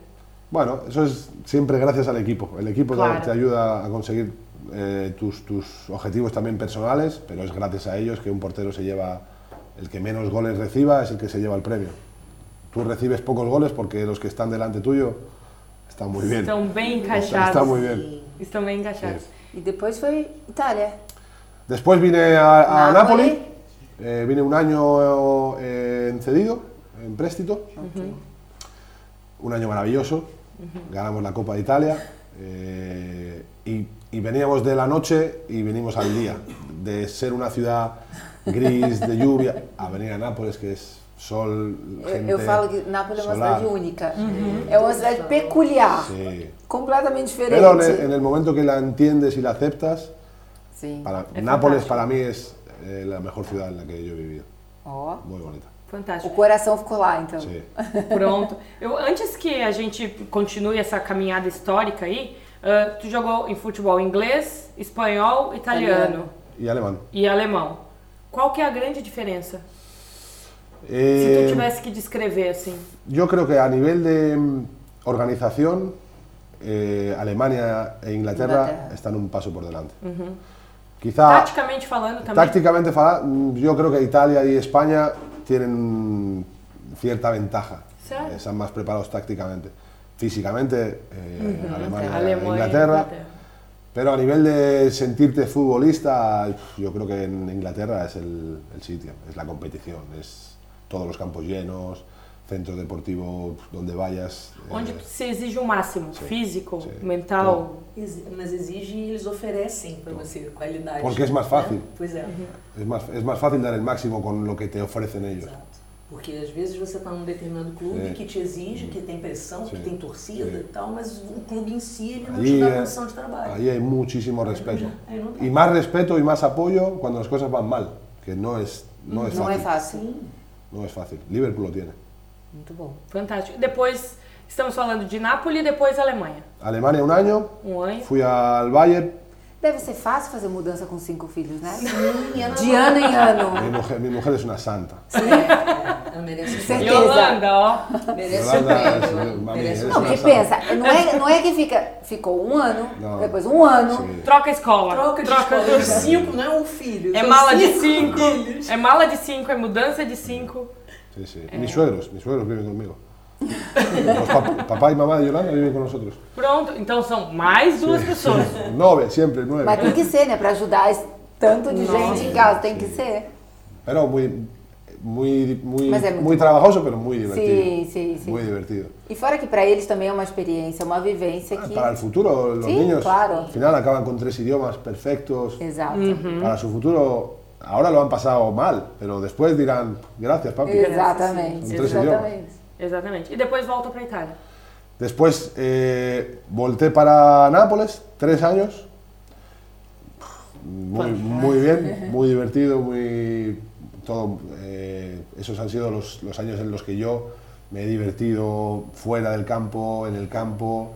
[SPEAKER 4] Bueno, eso es siempre gracias al equipo. El equipo te-
[SPEAKER 1] Claro.
[SPEAKER 4] te ayuda a conseguir eh, tus, tus objetivos también personales, pero es gracias a ellos que un portero se lleva, el que menos goles reciba es el que se lleva el premio. Tú recibes pocos goles porque los que están delante tuyo están muy bien.
[SPEAKER 1] Estão bem
[SPEAKER 4] Está,
[SPEAKER 1] encaixados.
[SPEAKER 4] está muy bien.
[SPEAKER 1] Estão bem encaixados.
[SPEAKER 4] Sí.
[SPEAKER 2] E depois foi Itália.
[SPEAKER 4] Después vine a, a
[SPEAKER 2] Napoli.
[SPEAKER 4] Nápoli, eh, vine un año eh, en cedido, en préstito, un año maravilloso, ganamos la Copa de Italia eh, y, y veníamos de la noche y venimos al día, de ser una ciudad gris, de lluvia, a venir a Nápoles que es sol,
[SPEAKER 2] Eu,
[SPEAKER 1] Eh,
[SPEAKER 4] gente
[SPEAKER 2] eu falo que Nápoles é uma
[SPEAKER 4] solar.
[SPEAKER 2] cidade única.
[SPEAKER 1] Uhum.
[SPEAKER 2] É uma cidade peculiar.
[SPEAKER 4] Sí.
[SPEAKER 2] Completamente diferente.
[SPEAKER 4] eh, Pero en el, en el momento que la entiendes y la aceptas,
[SPEAKER 2] Sim.
[SPEAKER 4] para,
[SPEAKER 1] Es
[SPEAKER 4] Nápoles
[SPEAKER 1] fantástico.
[SPEAKER 4] para mí es eh, la mejor ciudad en la que yo he vivido,
[SPEAKER 2] Ó,
[SPEAKER 4] muy bonita.
[SPEAKER 2] o
[SPEAKER 1] Fantástico.
[SPEAKER 2] coração ficou lá, então.
[SPEAKER 4] Sí.
[SPEAKER 1] Pronto. Eu, antes que a gente continue essa caminhada histórica aí, ah, tu jogou em futebol inglês, espanhol, italiano,
[SPEAKER 2] Italiano.
[SPEAKER 4] Y alemán.
[SPEAKER 1] e alemão. Qual que é a grande diferença? Se
[SPEAKER 4] Eh,
[SPEAKER 1] tu tivesse que descrever, assim.
[SPEAKER 4] Yo creo que a nivel de mm, organización, eh, Alemania e Inglaterra,
[SPEAKER 2] Inglaterra.
[SPEAKER 4] están un paso por delante. Quizá
[SPEAKER 1] Taticamente falando também.
[SPEAKER 4] tácticamente fala- mm, yo creo que Italia y España tienen cierta ventaja.
[SPEAKER 1] Sí.
[SPEAKER 4] Eh, Están más preparados tácticamente. Físicamente, eh,
[SPEAKER 1] né?
[SPEAKER 4] Alemania e
[SPEAKER 1] Alemanha,
[SPEAKER 4] Inglaterra. Pero a nivel de sentirte futbolista, yo creo que en Inglaterra es el, el sitio, es la competición, es todos los campos llenos, centro deportivo donde vayas. eh,
[SPEAKER 1] Onde se exige o máximo, físico,
[SPEAKER 4] sim.
[SPEAKER 1] mental.
[SPEAKER 3] Exi- Mas exige, eles oferecem para você qualidade.
[SPEAKER 4] Então. Porque é mais fácil.
[SPEAKER 3] né? Pois é.
[SPEAKER 4] es, más, es más fácil dar el máximo con lo que te ofrecen ellos.
[SPEAKER 3] Exato. Porque às vezes você está num determinado clube
[SPEAKER 4] Sim.
[SPEAKER 3] que te exige, que tem pressão, que
[SPEAKER 4] Sim.
[SPEAKER 3] tem torcida
[SPEAKER 4] Sim.
[SPEAKER 3] e tal, mas o clube em si ele não te
[SPEAKER 4] Allí,
[SPEAKER 3] dá
[SPEAKER 4] eh,
[SPEAKER 3] condição de trabalho.
[SPEAKER 4] allí hay muchísimo respeto.
[SPEAKER 3] Ahí no-
[SPEAKER 4] Y más respeto y más apoyo cuando las cosas van mal, que no es, no es
[SPEAKER 2] Não é
[SPEAKER 4] fácil.
[SPEAKER 2] fácil.
[SPEAKER 3] Sim.
[SPEAKER 4] No es fácil. Liverpool lo tiene.
[SPEAKER 2] Muito bom.
[SPEAKER 1] Fantástico. Depois, estamos falando de Nápoles e depois Alemanha.
[SPEAKER 4] Alemania un año,
[SPEAKER 1] Um ano.
[SPEAKER 4] fui al Bayern,
[SPEAKER 2] Deve ser fácil fazer mudanza com cinco filhos, né?
[SPEAKER 3] Sim, é
[SPEAKER 2] De ano em
[SPEAKER 4] mi
[SPEAKER 2] ano.
[SPEAKER 4] mujer- mi mujer es una santa.
[SPEAKER 3] normal. Ela merece
[SPEAKER 2] Sim.
[SPEAKER 1] E
[SPEAKER 3] um
[SPEAKER 1] Holanda, ó.
[SPEAKER 3] Merece
[SPEAKER 4] Yolanda,
[SPEAKER 3] um
[SPEAKER 4] é,
[SPEAKER 3] prêmio.
[SPEAKER 4] mami,
[SPEAKER 3] Merece um
[SPEAKER 4] é
[SPEAKER 2] Não, porque
[SPEAKER 4] Engraçado.
[SPEAKER 2] pensa, não é, não é que fica, ficou um ano,
[SPEAKER 4] Não.
[SPEAKER 2] depois um ano.
[SPEAKER 4] Sí.
[SPEAKER 1] Troca escola.
[SPEAKER 3] Troca de escola. Cinco não é um filho.
[SPEAKER 1] É
[SPEAKER 3] são
[SPEAKER 1] mala de
[SPEAKER 3] cinco
[SPEAKER 1] cinco.
[SPEAKER 3] filhos.
[SPEAKER 1] É mala de cinco, é mudança de cinco.
[SPEAKER 4] Sí, sí. Mis suegros, mis suegros viven conmigo. Los pap- papá y mamá de Yolanda viven con nosotros.
[SPEAKER 1] Pronto. Então são mais duas pessoas.
[SPEAKER 4] Nueve, siempre nueve.
[SPEAKER 2] Mas tem que ser, né? Pra ajudar esse tanto de
[SPEAKER 1] Nossa.
[SPEAKER 2] gente em casa, tem que ser.
[SPEAKER 4] Pero muy, muy, muy,
[SPEAKER 2] Mas es
[SPEAKER 4] muy
[SPEAKER 2] muy-
[SPEAKER 4] trabajoso, pero muy divertido.
[SPEAKER 2] Sí, sí, sí.
[SPEAKER 4] Muy divertido.
[SPEAKER 2] E fora que pra eles também é uma experiência, uma vivência
[SPEAKER 4] Ah,
[SPEAKER 2] que...
[SPEAKER 4] Para el futuro, los
[SPEAKER 2] Sí,
[SPEAKER 4] niños
[SPEAKER 2] claro.
[SPEAKER 4] al final acaban con tres idiomas perfectos.
[SPEAKER 2] Exato.
[SPEAKER 1] Uhum.
[SPEAKER 4] Para su futuro, ahora lo han pasado mal, pero después dirán, gracias papi.
[SPEAKER 2] Exatamente,
[SPEAKER 4] São três
[SPEAKER 2] exatamente.
[SPEAKER 1] Exatamente. E depois volta pra Itália.
[SPEAKER 4] Después eh, volté para Nápoles, tres años. Muy, muy bien, muy divertido, muy. Todo, eh, esos han sido los, los años en los que yo me he divertido fuera del campo, en el campo,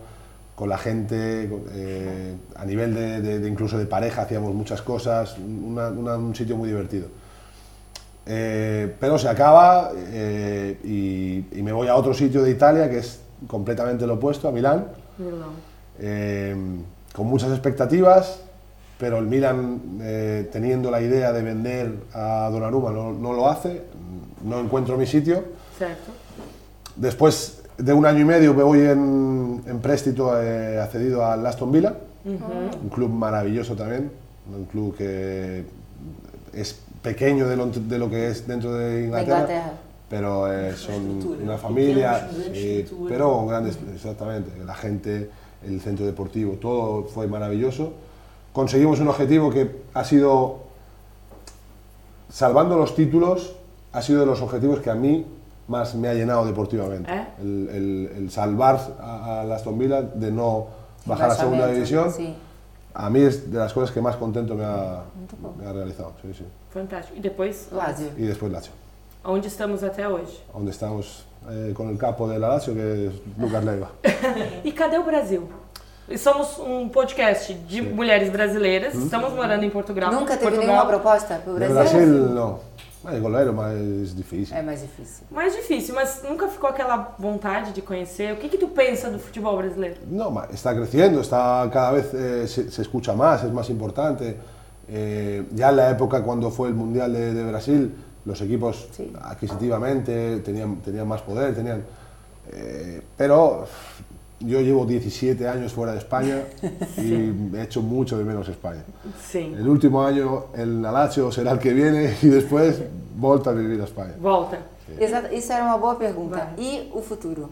[SPEAKER 4] con la gente, con- eh, a nivel de, de- de incluso de pareja hacíamos muchas cosas, una- una- un sitio muy divertido. Eh, pero se acaba eh, y, y me voy a otro sitio de Italia que es completamente lo opuesto, a Milán,
[SPEAKER 1] Milão.
[SPEAKER 4] eh, con muchas expectativas, pero el Milán eh, teniendo la idea de vender a Donnarumma no, no lo hace, no encuentro mi sitio.
[SPEAKER 1] Certo?
[SPEAKER 4] Después de un año y medio me voy en, en préstito eh, a cedido al Aston Villa,
[SPEAKER 1] Uhum.
[SPEAKER 3] Hum.
[SPEAKER 4] un club maravilloso también, un club que es pequeño de lo, de lo que es dentro de
[SPEAKER 2] Na
[SPEAKER 4] Inglaterra,
[SPEAKER 2] Inglaterra.
[SPEAKER 4] pero eh, son
[SPEAKER 3] estructura,
[SPEAKER 4] una
[SPEAKER 3] tenemos
[SPEAKER 4] familia,
[SPEAKER 3] una gran
[SPEAKER 4] eh,
[SPEAKER 3] estructura.
[SPEAKER 4] pero grandes, exactamente, la gente, el centro deportivo, todo fue maravilloso. Conseguimos un objetivo que ha sido, salvando los títulos, ha sido de los objetivos que a mí más me ha llenado deportivamente.
[SPEAKER 1] ¿Eh?
[SPEAKER 4] El, el- el salvar a, a Aston Villa de no bajar a segunda
[SPEAKER 2] Embaixamento,
[SPEAKER 4] división,
[SPEAKER 2] Sim.
[SPEAKER 4] a mí es de las cosas que más contento me ha, me ha realizado. sí, sí.
[SPEAKER 1] Fantástico. E depois,
[SPEAKER 2] Lázio.
[SPEAKER 4] Y después Lazio.
[SPEAKER 1] onde estamos até hoje?
[SPEAKER 4] donde estamos eh, con el capo de la Lazio, que es Lucas Leiva.
[SPEAKER 1] E cadê o Brasil? Somos um podcast de mulheres brasileiras, estamos morando em Portugal.
[SPEAKER 2] Nunca teve
[SPEAKER 1] Portugal,
[SPEAKER 2] nenhuma proposta pro
[SPEAKER 4] De
[SPEAKER 2] Brasil?
[SPEAKER 4] Brasil, no. Eh, Mas goleiro mais difícil.
[SPEAKER 2] É mais difícil.
[SPEAKER 1] Mais difícil, mas nunca ficou aquela vontade de conhecer. O que, que tu pensa do futebol brasileiro?
[SPEAKER 4] No, ma- está creciendo, está cada vez eh, se, se escucha más, es más importante. Eh, ya en la época cuando fue el Mundial de, de Brasil, los equipos
[SPEAKER 2] Sí.
[SPEAKER 4] adquisitivamente tenían, tenían más poder, tenían... eh, pero yo llevo 17 años fuera de España y he hecho mucho de menos España.
[SPEAKER 1] Sim.
[SPEAKER 4] El último año el Alacho será el que viene y después vuelta a vivir a España.
[SPEAKER 1] Volta.
[SPEAKER 4] É.
[SPEAKER 2] Exato, Isso era uma boa pergunta.
[SPEAKER 1] Vai.
[SPEAKER 2] E o futuro?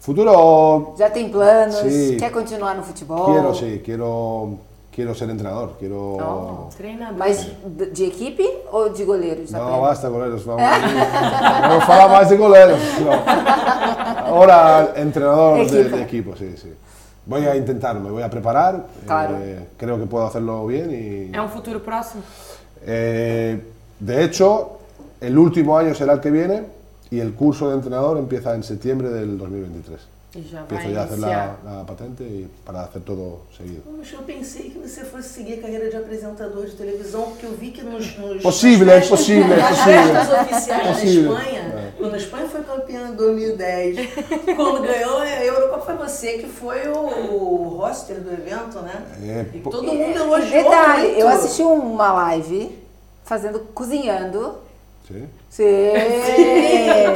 [SPEAKER 4] Futuro
[SPEAKER 2] Já tem planos?
[SPEAKER 4] Sim.
[SPEAKER 2] Quer continuar no futebol?
[SPEAKER 4] Quiero, sí, quiero, quiero ser entrenador, quiero...
[SPEAKER 2] Oh.
[SPEAKER 1] Treinador.
[SPEAKER 2] Mas de de equipe ou de goleiros?
[SPEAKER 4] No,
[SPEAKER 2] apenas?
[SPEAKER 4] basta goleros, vamos. No fala más de goleros. no. Ahora entrenador de,
[SPEAKER 2] Equipo.
[SPEAKER 4] de equipo, sí, sí. Voy a intentar, me voy a preparar.
[SPEAKER 2] Claro.
[SPEAKER 4] eh, creo que puedo hacerlo bien y...
[SPEAKER 1] É um futuro próximo?
[SPEAKER 4] Eh, de hecho, el último año será el que viene y el curso de entrenador empieza en septiembre del 2023.
[SPEAKER 1] E já vai
[SPEAKER 4] Empiezo ya a hacer
[SPEAKER 1] iniciar.
[SPEAKER 4] la, la patente y para hacer todo seguido.
[SPEAKER 3] Poxa, eu pensei que você fosse seguir a carreira de apresentador de televisão, porque eu vi que nos. nos
[SPEAKER 4] Possível, é
[SPEAKER 3] nas festas-
[SPEAKER 4] possível,
[SPEAKER 3] nas
[SPEAKER 4] possível.
[SPEAKER 3] festas oficiais
[SPEAKER 4] Possível.
[SPEAKER 3] da Espanha,
[SPEAKER 4] É.
[SPEAKER 3] quando a Espanha foi campeã em 2010, quando ganhou a Eurocopa, foi você que foi o, o roster do evento, né?
[SPEAKER 4] É,
[SPEAKER 3] e
[SPEAKER 4] po-
[SPEAKER 3] todo
[SPEAKER 2] E-
[SPEAKER 3] mundo
[SPEAKER 2] e
[SPEAKER 3] elogiou.
[SPEAKER 2] Detalhe,
[SPEAKER 3] muito.
[SPEAKER 2] eu assisti uma live fazendo cozinhando.
[SPEAKER 4] ¿Sí?
[SPEAKER 2] Sim.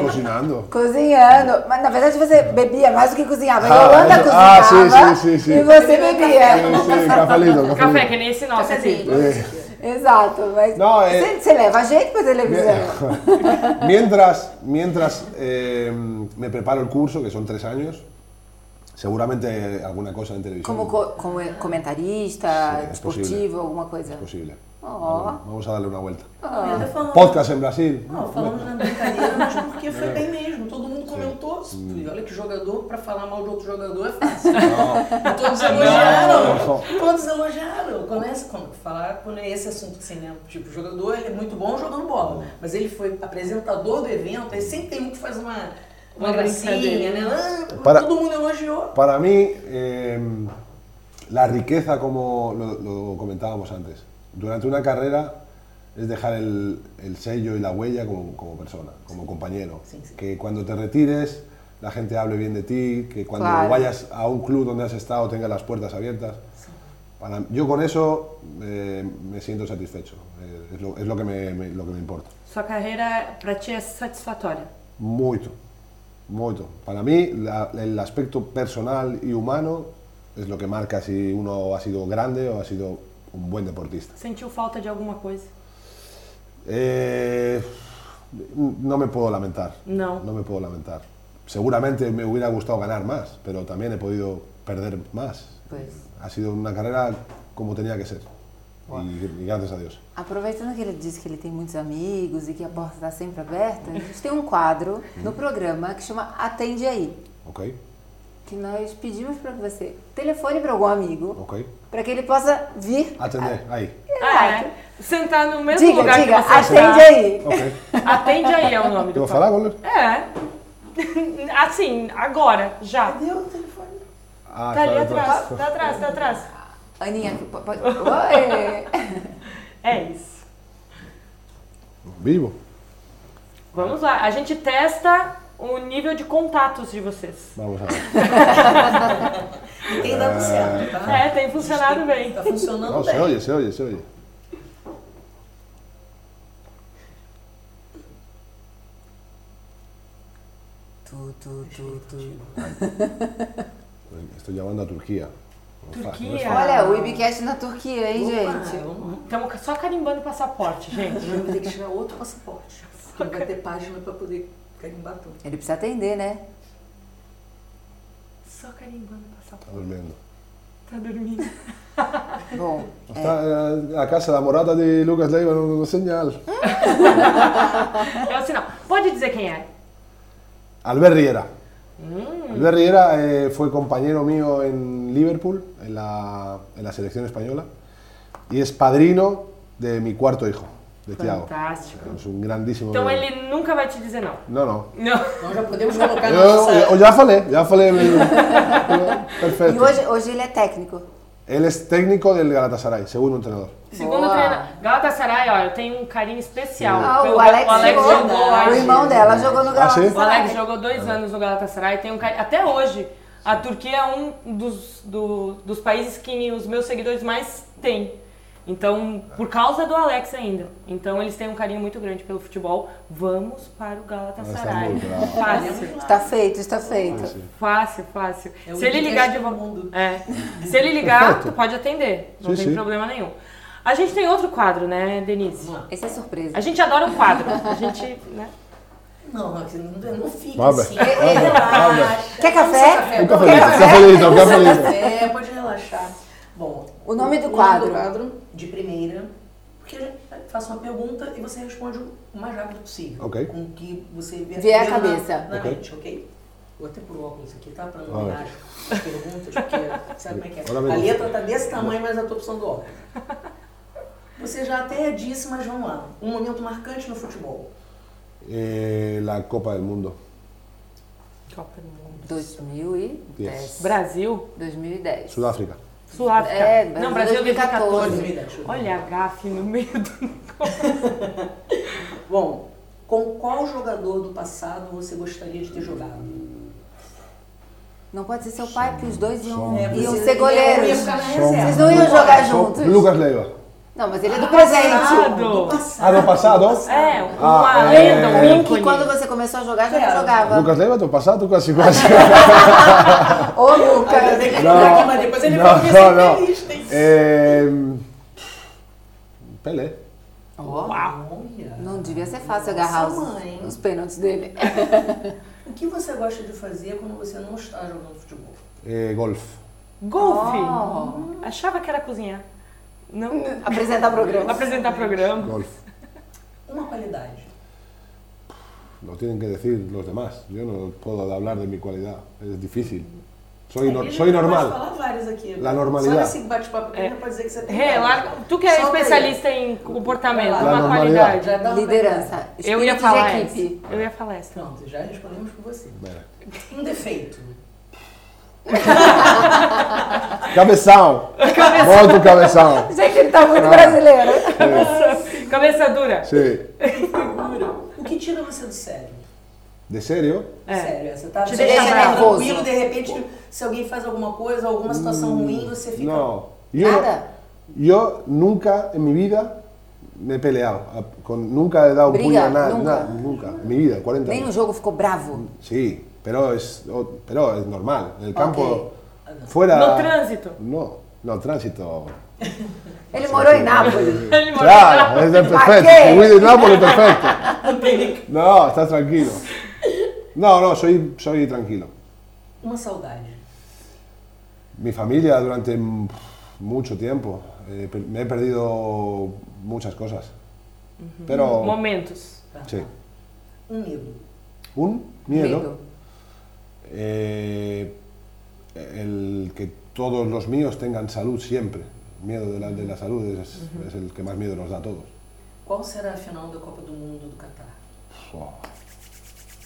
[SPEAKER 4] Cocinando.
[SPEAKER 2] Cozinhando, mas na verdade você bebia mais do que cozinhava.
[SPEAKER 4] Ah,
[SPEAKER 2] a Yolanda
[SPEAKER 4] isso- ah,
[SPEAKER 2] cozinhava
[SPEAKER 4] sim, sim, sim, sim.
[SPEAKER 2] e você
[SPEAKER 4] Sí,
[SPEAKER 2] bebia.
[SPEAKER 4] sí, cafelito,
[SPEAKER 1] Café,
[SPEAKER 4] cafelito.
[SPEAKER 1] que nem esse nosso aqui.
[SPEAKER 3] Cafezinho.
[SPEAKER 4] Eh.
[SPEAKER 2] Exato, mas
[SPEAKER 4] Não, é-
[SPEAKER 2] você, você leva jeito pra televisão.
[SPEAKER 4] mientras mientras eh, me preparo el curso, que son tres años, seguramente alguna cosa en televisión.
[SPEAKER 2] Como, co- como é- comentarista,
[SPEAKER 4] Sim, é
[SPEAKER 2] esportivo,
[SPEAKER 4] possível.
[SPEAKER 2] alguma coisa.
[SPEAKER 4] Es posible.
[SPEAKER 2] Ó.
[SPEAKER 4] Vamos a darle una vuelta.
[SPEAKER 3] Eu tô tá falando-
[SPEAKER 4] Podcast en Brasil.
[SPEAKER 3] Não, falamos na brincadeira, mas É. porque foi bem mesmo. Todo mundo comentou. E olha que jogador, pra falar mal de outro jogador é fácil. E todos elogiaram. Todos elogiaram. Começa quando falar quando é esse assunto assim, né? Tipo, o jogador ele é muito bom jogando bola. né? Mas ele foi apresentador do evento, aí sempre tem um que faz uma, uma,
[SPEAKER 1] Uma
[SPEAKER 3] gracinha,
[SPEAKER 1] brincadeira.
[SPEAKER 3] né? Ah,
[SPEAKER 4] Para-
[SPEAKER 3] Todo mundo elogiou.
[SPEAKER 4] Para mí, eh, la riqueza, como lo, lo comentábamos antes, durante una carrera es dejar el, el sello y la huella como, como persona, como compañero.
[SPEAKER 3] Sí, sí.
[SPEAKER 4] Que cuando te retires, la gente hable bien de ti, que cuando
[SPEAKER 2] Claro.
[SPEAKER 4] vayas a un club donde has estado tengas las puertas abiertas. Para- yo con eso eh, me siento satisfecho, eh, es, lo, es lo que me, me- lo que me importa.
[SPEAKER 1] Sua carreira pra ti é satisfatória.
[SPEAKER 4] Mucho, mucho. Para mí, la- el aspecto personal y humano es lo que marca si uno ha sido grande o ha sido un buen deportista.
[SPEAKER 1] Sentiu falta de alguma coisa?
[SPEAKER 4] Eh, no me puedo lamentar.
[SPEAKER 1] No.
[SPEAKER 4] No me puedo lamentar. Seguramente me hubiera gustado ganar más, pero también he podido perder más.
[SPEAKER 2] Pois.
[SPEAKER 4] Ha sido una carrera como tenía que ser. Y, y gracias a Dios.
[SPEAKER 2] Aproveitando que ele disse que ele tem muitos amigos e que a porta está sempre aberta, a gente tem um quadro
[SPEAKER 4] Uhum.
[SPEAKER 2] no programa que chama Atende Aí,
[SPEAKER 4] ¿Ok?
[SPEAKER 2] que nós pedimos para que você telefone para algum amigo,
[SPEAKER 4] ¿Ok?
[SPEAKER 2] para que ele possa vir.
[SPEAKER 4] Atender, ahí.
[SPEAKER 1] Ah, é. Sentar no mesmo
[SPEAKER 2] Diga,
[SPEAKER 1] lugar
[SPEAKER 2] diga,
[SPEAKER 1] que você tá. está.
[SPEAKER 2] atende aí.
[SPEAKER 4] Ok.
[SPEAKER 1] Atende aí é o nome do
[SPEAKER 4] ¿Puedo hablar con él?
[SPEAKER 1] É. Assim, agora, já.
[SPEAKER 3] Cadê o telefone?
[SPEAKER 4] Ah,
[SPEAKER 1] Tá ali
[SPEAKER 4] claro, claro.
[SPEAKER 1] atrás, tá atrás, tá atrás.
[SPEAKER 2] Aninha, que po- pode... Oi!
[SPEAKER 1] É isso.
[SPEAKER 4] Vivo.
[SPEAKER 1] Vamos lá, a gente testa o nível de contatos de vocês.
[SPEAKER 4] Vamos a ver.
[SPEAKER 3] E tem dado certo, tá?
[SPEAKER 1] É, tem funcionado bem.
[SPEAKER 3] Tá funcionando
[SPEAKER 4] No,
[SPEAKER 3] bem.
[SPEAKER 4] se oye, se oye, se oye.
[SPEAKER 2] Tu, tu, tu, tu.
[SPEAKER 4] Estoy llamando a Turquía.
[SPEAKER 1] Turquia.
[SPEAKER 2] Olha, o Ibicast na Turquia, hein,
[SPEAKER 3] Opa,
[SPEAKER 2] gente?
[SPEAKER 3] vamos lá.
[SPEAKER 1] Estamos só carimbando o passaporte, gente.
[SPEAKER 3] Eu vou ter que tirar outro passaporte. Porque não vai ter página pra poder carimbar tudo.
[SPEAKER 2] Ele precisa atender, né?
[SPEAKER 1] Só carimbando o passaporte.
[SPEAKER 4] Está durmiendo.
[SPEAKER 1] Tá dormindo.
[SPEAKER 2] Bom, é,
[SPEAKER 4] Está eh, la casa, la morada de Lucas Leiva, no, no señal.
[SPEAKER 1] É o sinal. Pode dizer quem é?
[SPEAKER 4] Albert Riera. Albert Riera eh, fue compañero mío en Liverpool, en la, en la selección española, y es padrino de mi cuarto hijo. de Thiago.
[SPEAKER 1] Fantástico.
[SPEAKER 4] Es un grandísimo
[SPEAKER 1] Então
[SPEAKER 4] goleiro.
[SPEAKER 1] ele nunca vai te dizer não.
[SPEAKER 4] No, no.
[SPEAKER 1] Não.
[SPEAKER 3] Nós já podemos colocar na
[SPEAKER 4] Yo,
[SPEAKER 3] nossa...
[SPEAKER 4] yo- ya falé, ya falé.
[SPEAKER 2] E
[SPEAKER 4] Perfecto.
[SPEAKER 2] hoje, hoje ele é técnico.
[SPEAKER 4] Él es técnico del Galatasaray, segundo entrenador.
[SPEAKER 1] Segundo
[SPEAKER 2] Boa.
[SPEAKER 1] treino, Galatasaray, ó, eu tenho um carinho especial.
[SPEAKER 2] Ah,
[SPEAKER 1] pelo-
[SPEAKER 2] o Alex, jogou.
[SPEAKER 1] jogou
[SPEAKER 3] lá.
[SPEAKER 2] o
[SPEAKER 1] hoje.
[SPEAKER 2] irmão dela jogou no
[SPEAKER 4] Ah, sim?
[SPEAKER 1] O Alex
[SPEAKER 2] Galatasaray.
[SPEAKER 1] jogou dois anos no Galatasaray, tem um carinho. Até hoje, a Turquia é um dos, do- dos países que os meus seguidores mais têm. Então, por causa do Alex ainda. Então, eles têm um carinho muito grande pelo futebol. Vamos para o Galatasaray.
[SPEAKER 4] Nossa, é muito
[SPEAKER 1] Fácil,
[SPEAKER 2] Está feito, está feito.
[SPEAKER 1] fácil, fácil.
[SPEAKER 3] É o
[SPEAKER 1] Se ele ligar de
[SPEAKER 3] podcast do
[SPEAKER 1] vo-
[SPEAKER 3] mundo.
[SPEAKER 1] É. Se ele ligar, tu pode atender. Não
[SPEAKER 4] Sim,
[SPEAKER 1] tem
[SPEAKER 4] sim.
[SPEAKER 1] problema nenhum. A gente tem outro quadro, né, Denise?
[SPEAKER 2] Essa é surpresa.
[SPEAKER 1] A gente adora um quadro. A gente, né?
[SPEAKER 3] Não, não, não, não fique
[SPEAKER 4] Abre,
[SPEAKER 3] assim.
[SPEAKER 4] abre,
[SPEAKER 3] Relaxa.
[SPEAKER 2] Quer café?
[SPEAKER 4] Un
[SPEAKER 3] Toma
[SPEAKER 4] cafelito, un cafelito, un cafelito.
[SPEAKER 3] É, pode relaxar. Bom,
[SPEAKER 2] O nome do quadro.
[SPEAKER 3] de primeira, porque eu faço uma pergunta e você responde o mais rápido possível.
[SPEAKER 4] Ok.
[SPEAKER 3] Com o que você vier,
[SPEAKER 2] Vier à
[SPEAKER 3] na-
[SPEAKER 2] cabeça.
[SPEAKER 3] Na,
[SPEAKER 4] Ok.
[SPEAKER 3] mente, ok? Vou até pôr o óculos aqui, tá? Pra não
[SPEAKER 4] Olha.
[SPEAKER 3] olhar as perguntas, porque sabe como é que
[SPEAKER 4] Olha a
[SPEAKER 3] é. A
[SPEAKER 4] pergunta.
[SPEAKER 3] letra tá desse tamanho, mas eu tô precisando do óculos. Você já até disse, mas vamos lá. Um momento marcante no futebol.
[SPEAKER 4] Eh, la Copa del Mundo.
[SPEAKER 1] Copa do Mundo.
[SPEAKER 2] 2010.
[SPEAKER 1] Brasil,
[SPEAKER 2] 2010.
[SPEAKER 4] Sudáfrica.
[SPEAKER 1] Sudáfrica.
[SPEAKER 2] É,
[SPEAKER 1] não, Brasil
[SPEAKER 2] Brasil
[SPEAKER 1] 2014.
[SPEAKER 3] 2010.
[SPEAKER 1] Olha a gafe no meio do...
[SPEAKER 3] Bom, com qual jogador do passado você gostaria de ter jogado?
[SPEAKER 2] Não pode ser seu pai, porque os dois iam,
[SPEAKER 4] Som. É,
[SPEAKER 2] iam
[SPEAKER 3] você-
[SPEAKER 2] um ser goleiros.
[SPEAKER 1] é um
[SPEAKER 3] eu ia ficar na
[SPEAKER 4] Som.
[SPEAKER 3] reserva.
[SPEAKER 2] Vocês não iam jogar
[SPEAKER 4] Son-
[SPEAKER 2] juntos.
[SPEAKER 4] Lucas Leiva.
[SPEAKER 2] Não, mas ele é do presente.
[SPEAKER 1] Passado.
[SPEAKER 4] Ah, do passado?
[SPEAKER 1] É, uma
[SPEAKER 4] Ah,
[SPEAKER 1] lenda, um
[SPEAKER 4] é.
[SPEAKER 2] Um
[SPEAKER 1] ícone.
[SPEAKER 2] que quando você começou a jogar, já
[SPEAKER 3] Claro.
[SPEAKER 2] não jogava.
[SPEAKER 4] Lucas Leiva, tu pasado, quase quase.
[SPEAKER 2] Ô, Lucas.
[SPEAKER 4] No,
[SPEAKER 3] mas depois ele vai
[SPEAKER 4] no,
[SPEAKER 3] ficar
[SPEAKER 4] no, no.
[SPEAKER 3] feliz, tem que-
[SPEAKER 4] Eh, Pelé.
[SPEAKER 2] Ó,
[SPEAKER 3] Olha.
[SPEAKER 2] Não devia ser fácil agarrar
[SPEAKER 3] Nossa, mãe.
[SPEAKER 2] os, os pênaltis dele.
[SPEAKER 3] O que você gosta de fazer quando você não está jogando futebol?
[SPEAKER 4] Eh, golf.
[SPEAKER 1] Golfe.
[SPEAKER 2] Oh.
[SPEAKER 1] Achava que era cozinhar. Não.
[SPEAKER 2] Apresentar programa.
[SPEAKER 1] Apresentar programa.
[SPEAKER 4] Golf.
[SPEAKER 3] Uma qualidade.
[SPEAKER 4] Lo tienen que decir los demás. Yo no puedo hablar de mi cualidad. Es difícil. Soy,
[SPEAKER 3] Ele
[SPEAKER 4] nor-
[SPEAKER 3] já Pode
[SPEAKER 4] soy normal.
[SPEAKER 3] falar várias aqui.
[SPEAKER 4] La normalidade.
[SPEAKER 3] Só nesse bate-papo aqui
[SPEAKER 1] É.
[SPEAKER 3] já pode dizer que você tem.
[SPEAKER 1] Rê,
[SPEAKER 3] várias.
[SPEAKER 1] larga- tu que é
[SPEAKER 3] Solta aí.
[SPEAKER 1] especialista em comportamento,
[SPEAKER 3] Lá,
[SPEAKER 1] uma
[SPEAKER 4] normalidade.
[SPEAKER 1] qualidade.
[SPEAKER 3] Já dá uma qualidade.
[SPEAKER 2] Liderança.
[SPEAKER 1] Eu ia
[SPEAKER 2] espírito
[SPEAKER 1] falar
[SPEAKER 2] de
[SPEAKER 1] essa.
[SPEAKER 2] equipe.
[SPEAKER 1] Eu ia falar essa.
[SPEAKER 3] Pronto, já respondemos por você.
[SPEAKER 4] Venga.
[SPEAKER 3] Um defeito.
[SPEAKER 4] Cabezao. Voy tu cabezao.
[SPEAKER 2] Gente, ele tá muito
[SPEAKER 4] Ah.
[SPEAKER 2] brasileiro.
[SPEAKER 1] Cabeça dura.
[SPEAKER 4] Sí.
[SPEAKER 3] O que tira você do sério?
[SPEAKER 4] ¿De serio?
[SPEAKER 1] É.
[SPEAKER 3] Sério, você tá
[SPEAKER 1] Te
[SPEAKER 3] você
[SPEAKER 1] deixa
[SPEAKER 3] tá
[SPEAKER 2] nervoso.
[SPEAKER 3] tranquilo, de repente, se alguém faz alguma coisa, alguma situação
[SPEAKER 4] Hum,
[SPEAKER 3] ruim, você fica.
[SPEAKER 4] No. Yo,
[SPEAKER 2] Nada.
[SPEAKER 4] yo nunca en mi vida me he peleado. a- con- nunca he dado un puño
[SPEAKER 2] Briga,
[SPEAKER 4] a nada.
[SPEAKER 2] nunca.
[SPEAKER 4] nada, nunca. En mi vida, 40
[SPEAKER 2] Nem no
[SPEAKER 4] años.
[SPEAKER 2] jogo ficou bravo.
[SPEAKER 4] Sí, pero es, o- pero es normal. En el campo, fuera.
[SPEAKER 1] No trânsito.
[SPEAKER 4] No, no, tránsito.
[SPEAKER 2] Ele morou em Nápoles.
[SPEAKER 1] Ele mora
[SPEAKER 4] Claro,
[SPEAKER 1] lá.
[SPEAKER 4] es de
[SPEAKER 2] ¿Para
[SPEAKER 4] perfecto.
[SPEAKER 2] qué?
[SPEAKER 4] Si voy de Nápoles, perfecto. No, estás tranquilo. No, no, soy, soy tranquilo.
[SPEAKER 3] Uma saudade.
[SPEAKER 4] Mi familia durante mm, mucho tiempo. eh, per- me he perdido muchas cosas. Pero.
[SPEAKER 1] Momentos.
[SPEAKER 4] Sí.
[SPEAKER 3] tá? Um medo.
[SPEAKER 4] Un miedo.
[SPEAKER 2] Medo.
[SPEAKER 4] eh, el que todos los míos tengan salud siempre. Miedo de la, de la salud es, es el que más miedo nos da a todos.
[SPEAKER 3] Qual será a final da Copa do Mundo do Catar?
[SPEAKER 4] Oh.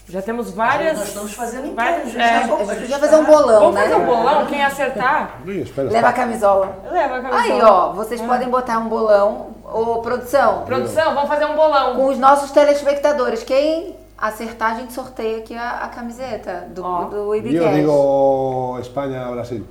[SPEAKER 1] Já temos várias...
[SPEAKER 3] Nós estamos fazendo
[SPEAKER 1] várias-
[SPEAKER 3] enquete,
[SPEAKER 1] é.
[SPEAKER 3] gente. tá
[SPEAKER 2] A gente podia fazer um bolão,
[SPEAKER 1] Vamos
[SPEAKER 2] né?
[SPEAKER 1] fazer um bolão, quem acertar,
[SPEAKER 4] Uy, espera,
[SPEAKER 2] Leva a
[SPEAKER 4] espera.
[SPEAKER 2] camisola.
[SPEAKER 1] leva a cabeça.
[SPEAKER 2] Aí, ó,
[SPEAKER 1] É.
[SPEAKER 2] vocês podem botar um bolão. Ô, produção,
[SPEAKER 1] Produção, vamos fazer um bolão.
[SPEAKER 2] com os nossos telespectadores. Quem acertar, a gente sorteia aqui a, a camiseta do,
[SPEAKER 1] Ó.
[SPEAKER 2] do
[SPEAKER 4] Yo
[SPEAKER 2] IBCast.
[SPEAKER 4] digo España-Brasil.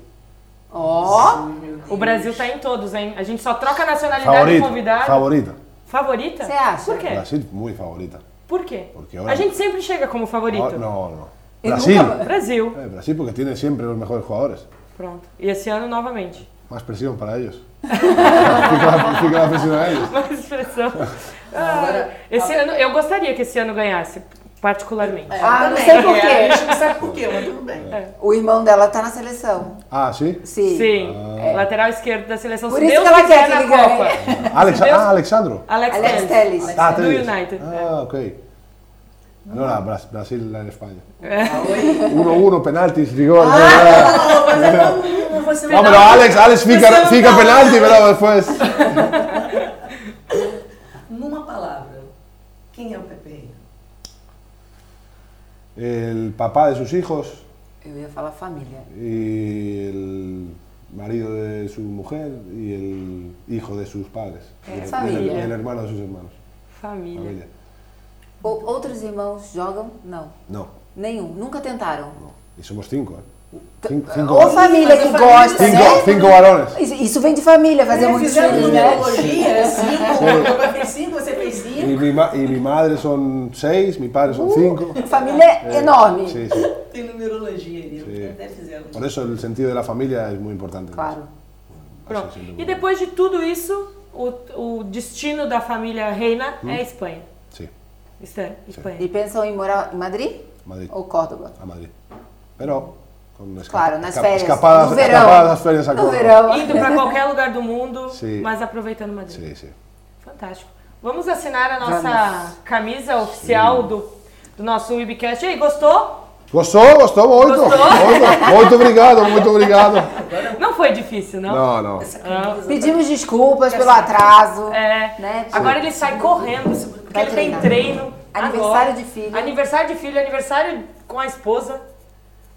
[SPEAKER 2] Ó,
[SPEAKER 1] O Brasil tá em todos, hein? A gente só troca a nacionalidade do
[SPEAKER 4] Favorita.
[SPEAKER 1] convidado.
[SPEAKER 4] Favorita.
[SPEAKER 1] Favorita?
[SPEAKER 2] Você acha?
[SPEAKER 1] Por quê?
[SPEAKER 4] Brasil, muy favorita.
[SPEAKER 1] Por qué?
[SPEAKER 4] Porque
[SPEAKER 1] A
[SPEAKER 4] ahora-
[SPEAKER 1] gente sempre chega como favorito.
[SPEAKER 4] Ah, No, no.
[SPEAKER 2] Y
[SPEAKER 4] Brasil.
[SPEAKER 2] nunca-
[SPEAKER 1] Brasil.
[SPEAKER 4] Eh, Brasil porque tiene siempre los mejores jugadores.
[SPEAKER 1] Pronto. E esse ano novamente.
[SPEAKER 4] Más presión para ellos. Fica la- fica la presión a ellos.
[SPEAKER 1] Mais expressão.
[SPEAKER 3] Agora-
[SPEAKER 1] Ah, esse ano, eu gostaria que esse ano ganhasse, particularmente.
[SPEAKER 3] É,
[SPEAKER 2] Ah,
[SPEAKER 3] eu
[SPEAKER 2] não
[SPEAKER 3] também.
[SPEAKER 2] sei por quê.
[SPEAKER 3] É, a gente não sabe por quê, mas tudo bem.
[SPEAKER 2] o irmão dela tá na seleção.
[SPEAKER 4] Ah, sí.
[SPEAKER 2] Sim.
[SPEAKER 1] Sim. Lateral esquerdo da seleção.
[SPEAKER 2] Por
[SPEAKER 1] se
[SPEAKER 2] isso
[SPEAKER 1] Deus
[SPEAKER 2] que ela
[SPEAKER 1] quiser
[SPEAKER 2] quer
[SPEAKER 1] na
[SPEAKER 2] que ele ganhe.
[SPEAKER 1] Copa.
[SPEAKER 4] Alex-
[SPEAKER 1] Dios-
[SPEAKER 4] ah, Alexandro.
[SPEAKER 1] Alex,
[SPEAKER 2] Alex
[SPEAKER 1] Telles.
[SPEAKER 2] Telles.
[SPEAKER 4] Ah,
[SPEAKER 1] Do
[SPEAKER 4] Telles.
[SPEAKER 1] United.
[SPEAKER 4] Ah, ok. No, no, Bras- Brasil en España. Ah,
[SPEAKER 1] É.
[SPEAKER 4] 1-1, penaltis, rigor.
[SPEAKER 3] Não, mas é todo mundo, você
[SPEAKER 4] Ah, no,
[SPEAKER 3] não
[SPEAKER 4] pero Alex, Alex fica,
[SPEAKER 3] Pensaba-
[SPEAKER 4] fica penalti, pero después.
[SPEAKER 3] Numa palavra, quem é o Pepe Reina?
[SPEAKER 4] El papá de sus hijos
[SPEAKER 2] Eu ia falar família.
[SPEAKER 4] y el marido de su mujer y el hijo de sus padres.
[SPEAKER 2] Eh,
[SPEAKER 4] Y el- y
[SPEAKER 2] familia.
[SPEAKER 4] el, y el hermano de sus hermanos.
[SPEAKER 1] Família.
[SPEAKER 4] Familia.
[SPEAKER 2] Ou- outros irmãos jogam? Não.
[SPEAKER 4] No,
[SPEAKER 2] Nenhum. Nunca tentaram.
[SPEAKER 4] no. Y somos cinco, ¿eh? Cin- Cinco,
[SPEAKER 2] Ou família
[SPEAKER 3] Mas
[SPEAKER 2] que
[SPEAKER 3] a família- É,
[SPEAKER 2] gosta,
[SPEAKER 4] cinco,
[SPEAKER 2] né?
[SPEAKER 4] cinco varones.
[SPEAKER 2] Isso, isso vem de família, fazer
[SPEAKER 3] Vocês
[SPEAKER 2] muitos
[SPEAKER 3] fizeram
[SPEAKER 2] filhos, né?
[SPEAKER 3] numerologia, cinco, eu fiz cinco, você fez
[SPEAKER 4] Y
[SPEAKER 3] cinco.
[SPEAKER 4] mi, ma- y mi madre son seis, mi padre son cinco.
[SPEAKER 2] Família é
[SPEAKER 4] Eh,
[SPEAKER 2] enorme.
[SPEAKER 4] Sí, sí.
[SPEAKER 3] Tem numerologia ali,
[SPEAKER 4] Sí.
[SPEAKER 3] até fizeram.
[SPEAKER 4] Por eso el sentido de la familia es muy importante. en
[SPEAKER 2] Claro.
[SPEAKER 4] eso. Eso
[SPEAKER 1] Pronto.
[SPEAKER 4] sin
[SPEAKER 1] E
[SPEAKER 4] duda.
[SPEAKER 1] depois de tudo isso, o, o destino da família Reina é a Espanha.
[SPEAKER 4] Sí,
[SPEAKER 1] Estan- Espanha.
[SPEAKER 2] E pensam em morar em Madrid
[SPEAKER 4] Madrid.
[SPEAKER 2] ou Córdoba?
[SPEAKER 4] A Madrid. Pero con esca-
[SPEAKER 2] Claro, nas
[SPEAKER 4] esca-
[SPEAKER 2] férias.
[SPEAKER 4] escapadas,
[SPEAKER 2] no verão.
[SPEAKER 4] escapadas las ferias a
[SPEAKER 2] no
[SPEAKER 4] Córdoba.
[SPEAKER 2] verão.
[SPEAKER 1] Indo para qualquer lugar do mundo,
[SPEAKER 4] Sim.
[SPEAKER 1] mas aproveitando Madrid.
[SPEAKER 4] Sí, sí.
[SPEAKER 1] Fantástico. Vamos assinar a nossa
[SPEAKER 2] Vamos.
[SPEAKER 1] camisa oficial do, do nosso Webcast. E aí, gostou?
[SPEAKER 4] Gostou, gostou muito.
[SPEAKER 1] Gostou?
[SPEAKER 4] Muito, muito obrigado, muito obrigado.
[SPEAKER 1] Não foi difícil, não?
[SPEAKER 4] Não, não.
[SPEAKER 1] Ah,
[SPEAKER 2] Pedimos desculpas pelo atraso.
[SPEAKER 1] É.
[SPEAKER 2] Né?
[SPEAKER 1] Agora ele sai correndo, porque
[SPEAKER 2] Vai
[SPEAKER 1] ele
[SPEAKER 2] treinar.
[SPEAKER 1] tem treino.
[SPEAKER 2] Aniversário
[SPEAKER 1] agora.
[SPEAKER 2] de filho.
[SPEAKER 1] Aniversário de filho, aniversário com a esposa.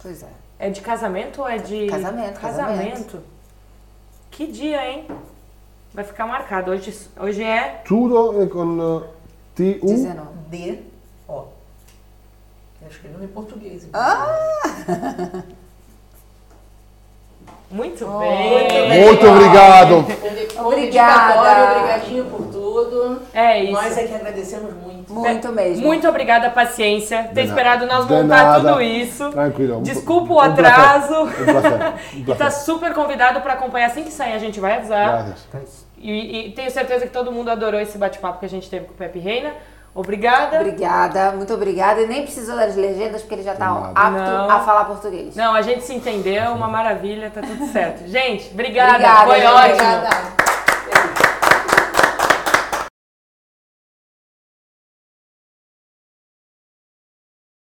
[SPEAKER 2] Pois é.
[SPEAKER 1] É de casamento ou é de.
[SPEAKER 2] Casamento,
[SPEAKER 1] Casamento. Que dia, hein? Vai ficar marcado. Hoje, hoje é.
[SPEAKER 4] Tudo é com eh, T U
[SPEAKER 2] 19.
[SPEAKER 3] D, ó. Tá escrevendo em português. hein?
[SPEAKER 2] Ah!
[SPEAKER 1] Muito
[SPEAKER 2] Oh.
[SPEAKER 1] bem.
[SPEAKER 4] Muito obrigado.
[SPEAKER 3] é
[SPEAKER 2] Obrigada.
[SPEAKER 5] Obrigadinho por tudo.
[SPEAKER 1] É isso.
[SPEAKER 3] Nós é que agradecemos muito.
[SPEAKER 2] Muito mesmo.
[SPEAKER 1] É, Muito obrigada a paciência, ter
[SPEAKER 4] nada.
[SPEAKER 1] esperado nós
[SPEAKER 4] De
[SPEAKER 1] montar
[SPEAKER 4] nada.
[SPEAKER 1] tudo isso.
[SPEAKER 4] Tranquilo. Um-
[SPEAKER 1] Desculpa o
[SPEAKER 4] um prazer.
[SPEAKER 1] atraso.
[SPEAKER 4] Um prazer. Um
[SPEAKER 1] e tá
[SPEAKER 4] prazer.
[SPEAKER 1] super convidado para acompanhar assim que sair, a gente vai avisar.
[SPEAKER 4] Gracias.
[SPEAKER 1] E, e tenho certeza que todo mundo adorou esse bate-papo que a gente teve com o Pepe Reina. Obrigada.
[SPEAKER 2] Obrigada, muito obrigada. E nem precisou das legendas, porque ele já está
[SPEAKER 4] Nada.
[SPEAKER 2] apto
[SPEAKER 1] Não.
[SPEAKER 2] a falar português.
[SPEAKER 1] Não, a gente se entendeu, uma maravilha, tá tudo certo. Gente, obrigada,
[SPEAKER 2] Obrigada,
[SPEAKER 1] foi
[SPEAKER 2] gente,
[SPEAKER 1] ótimo.
[SPEAKER 5] Obrigada.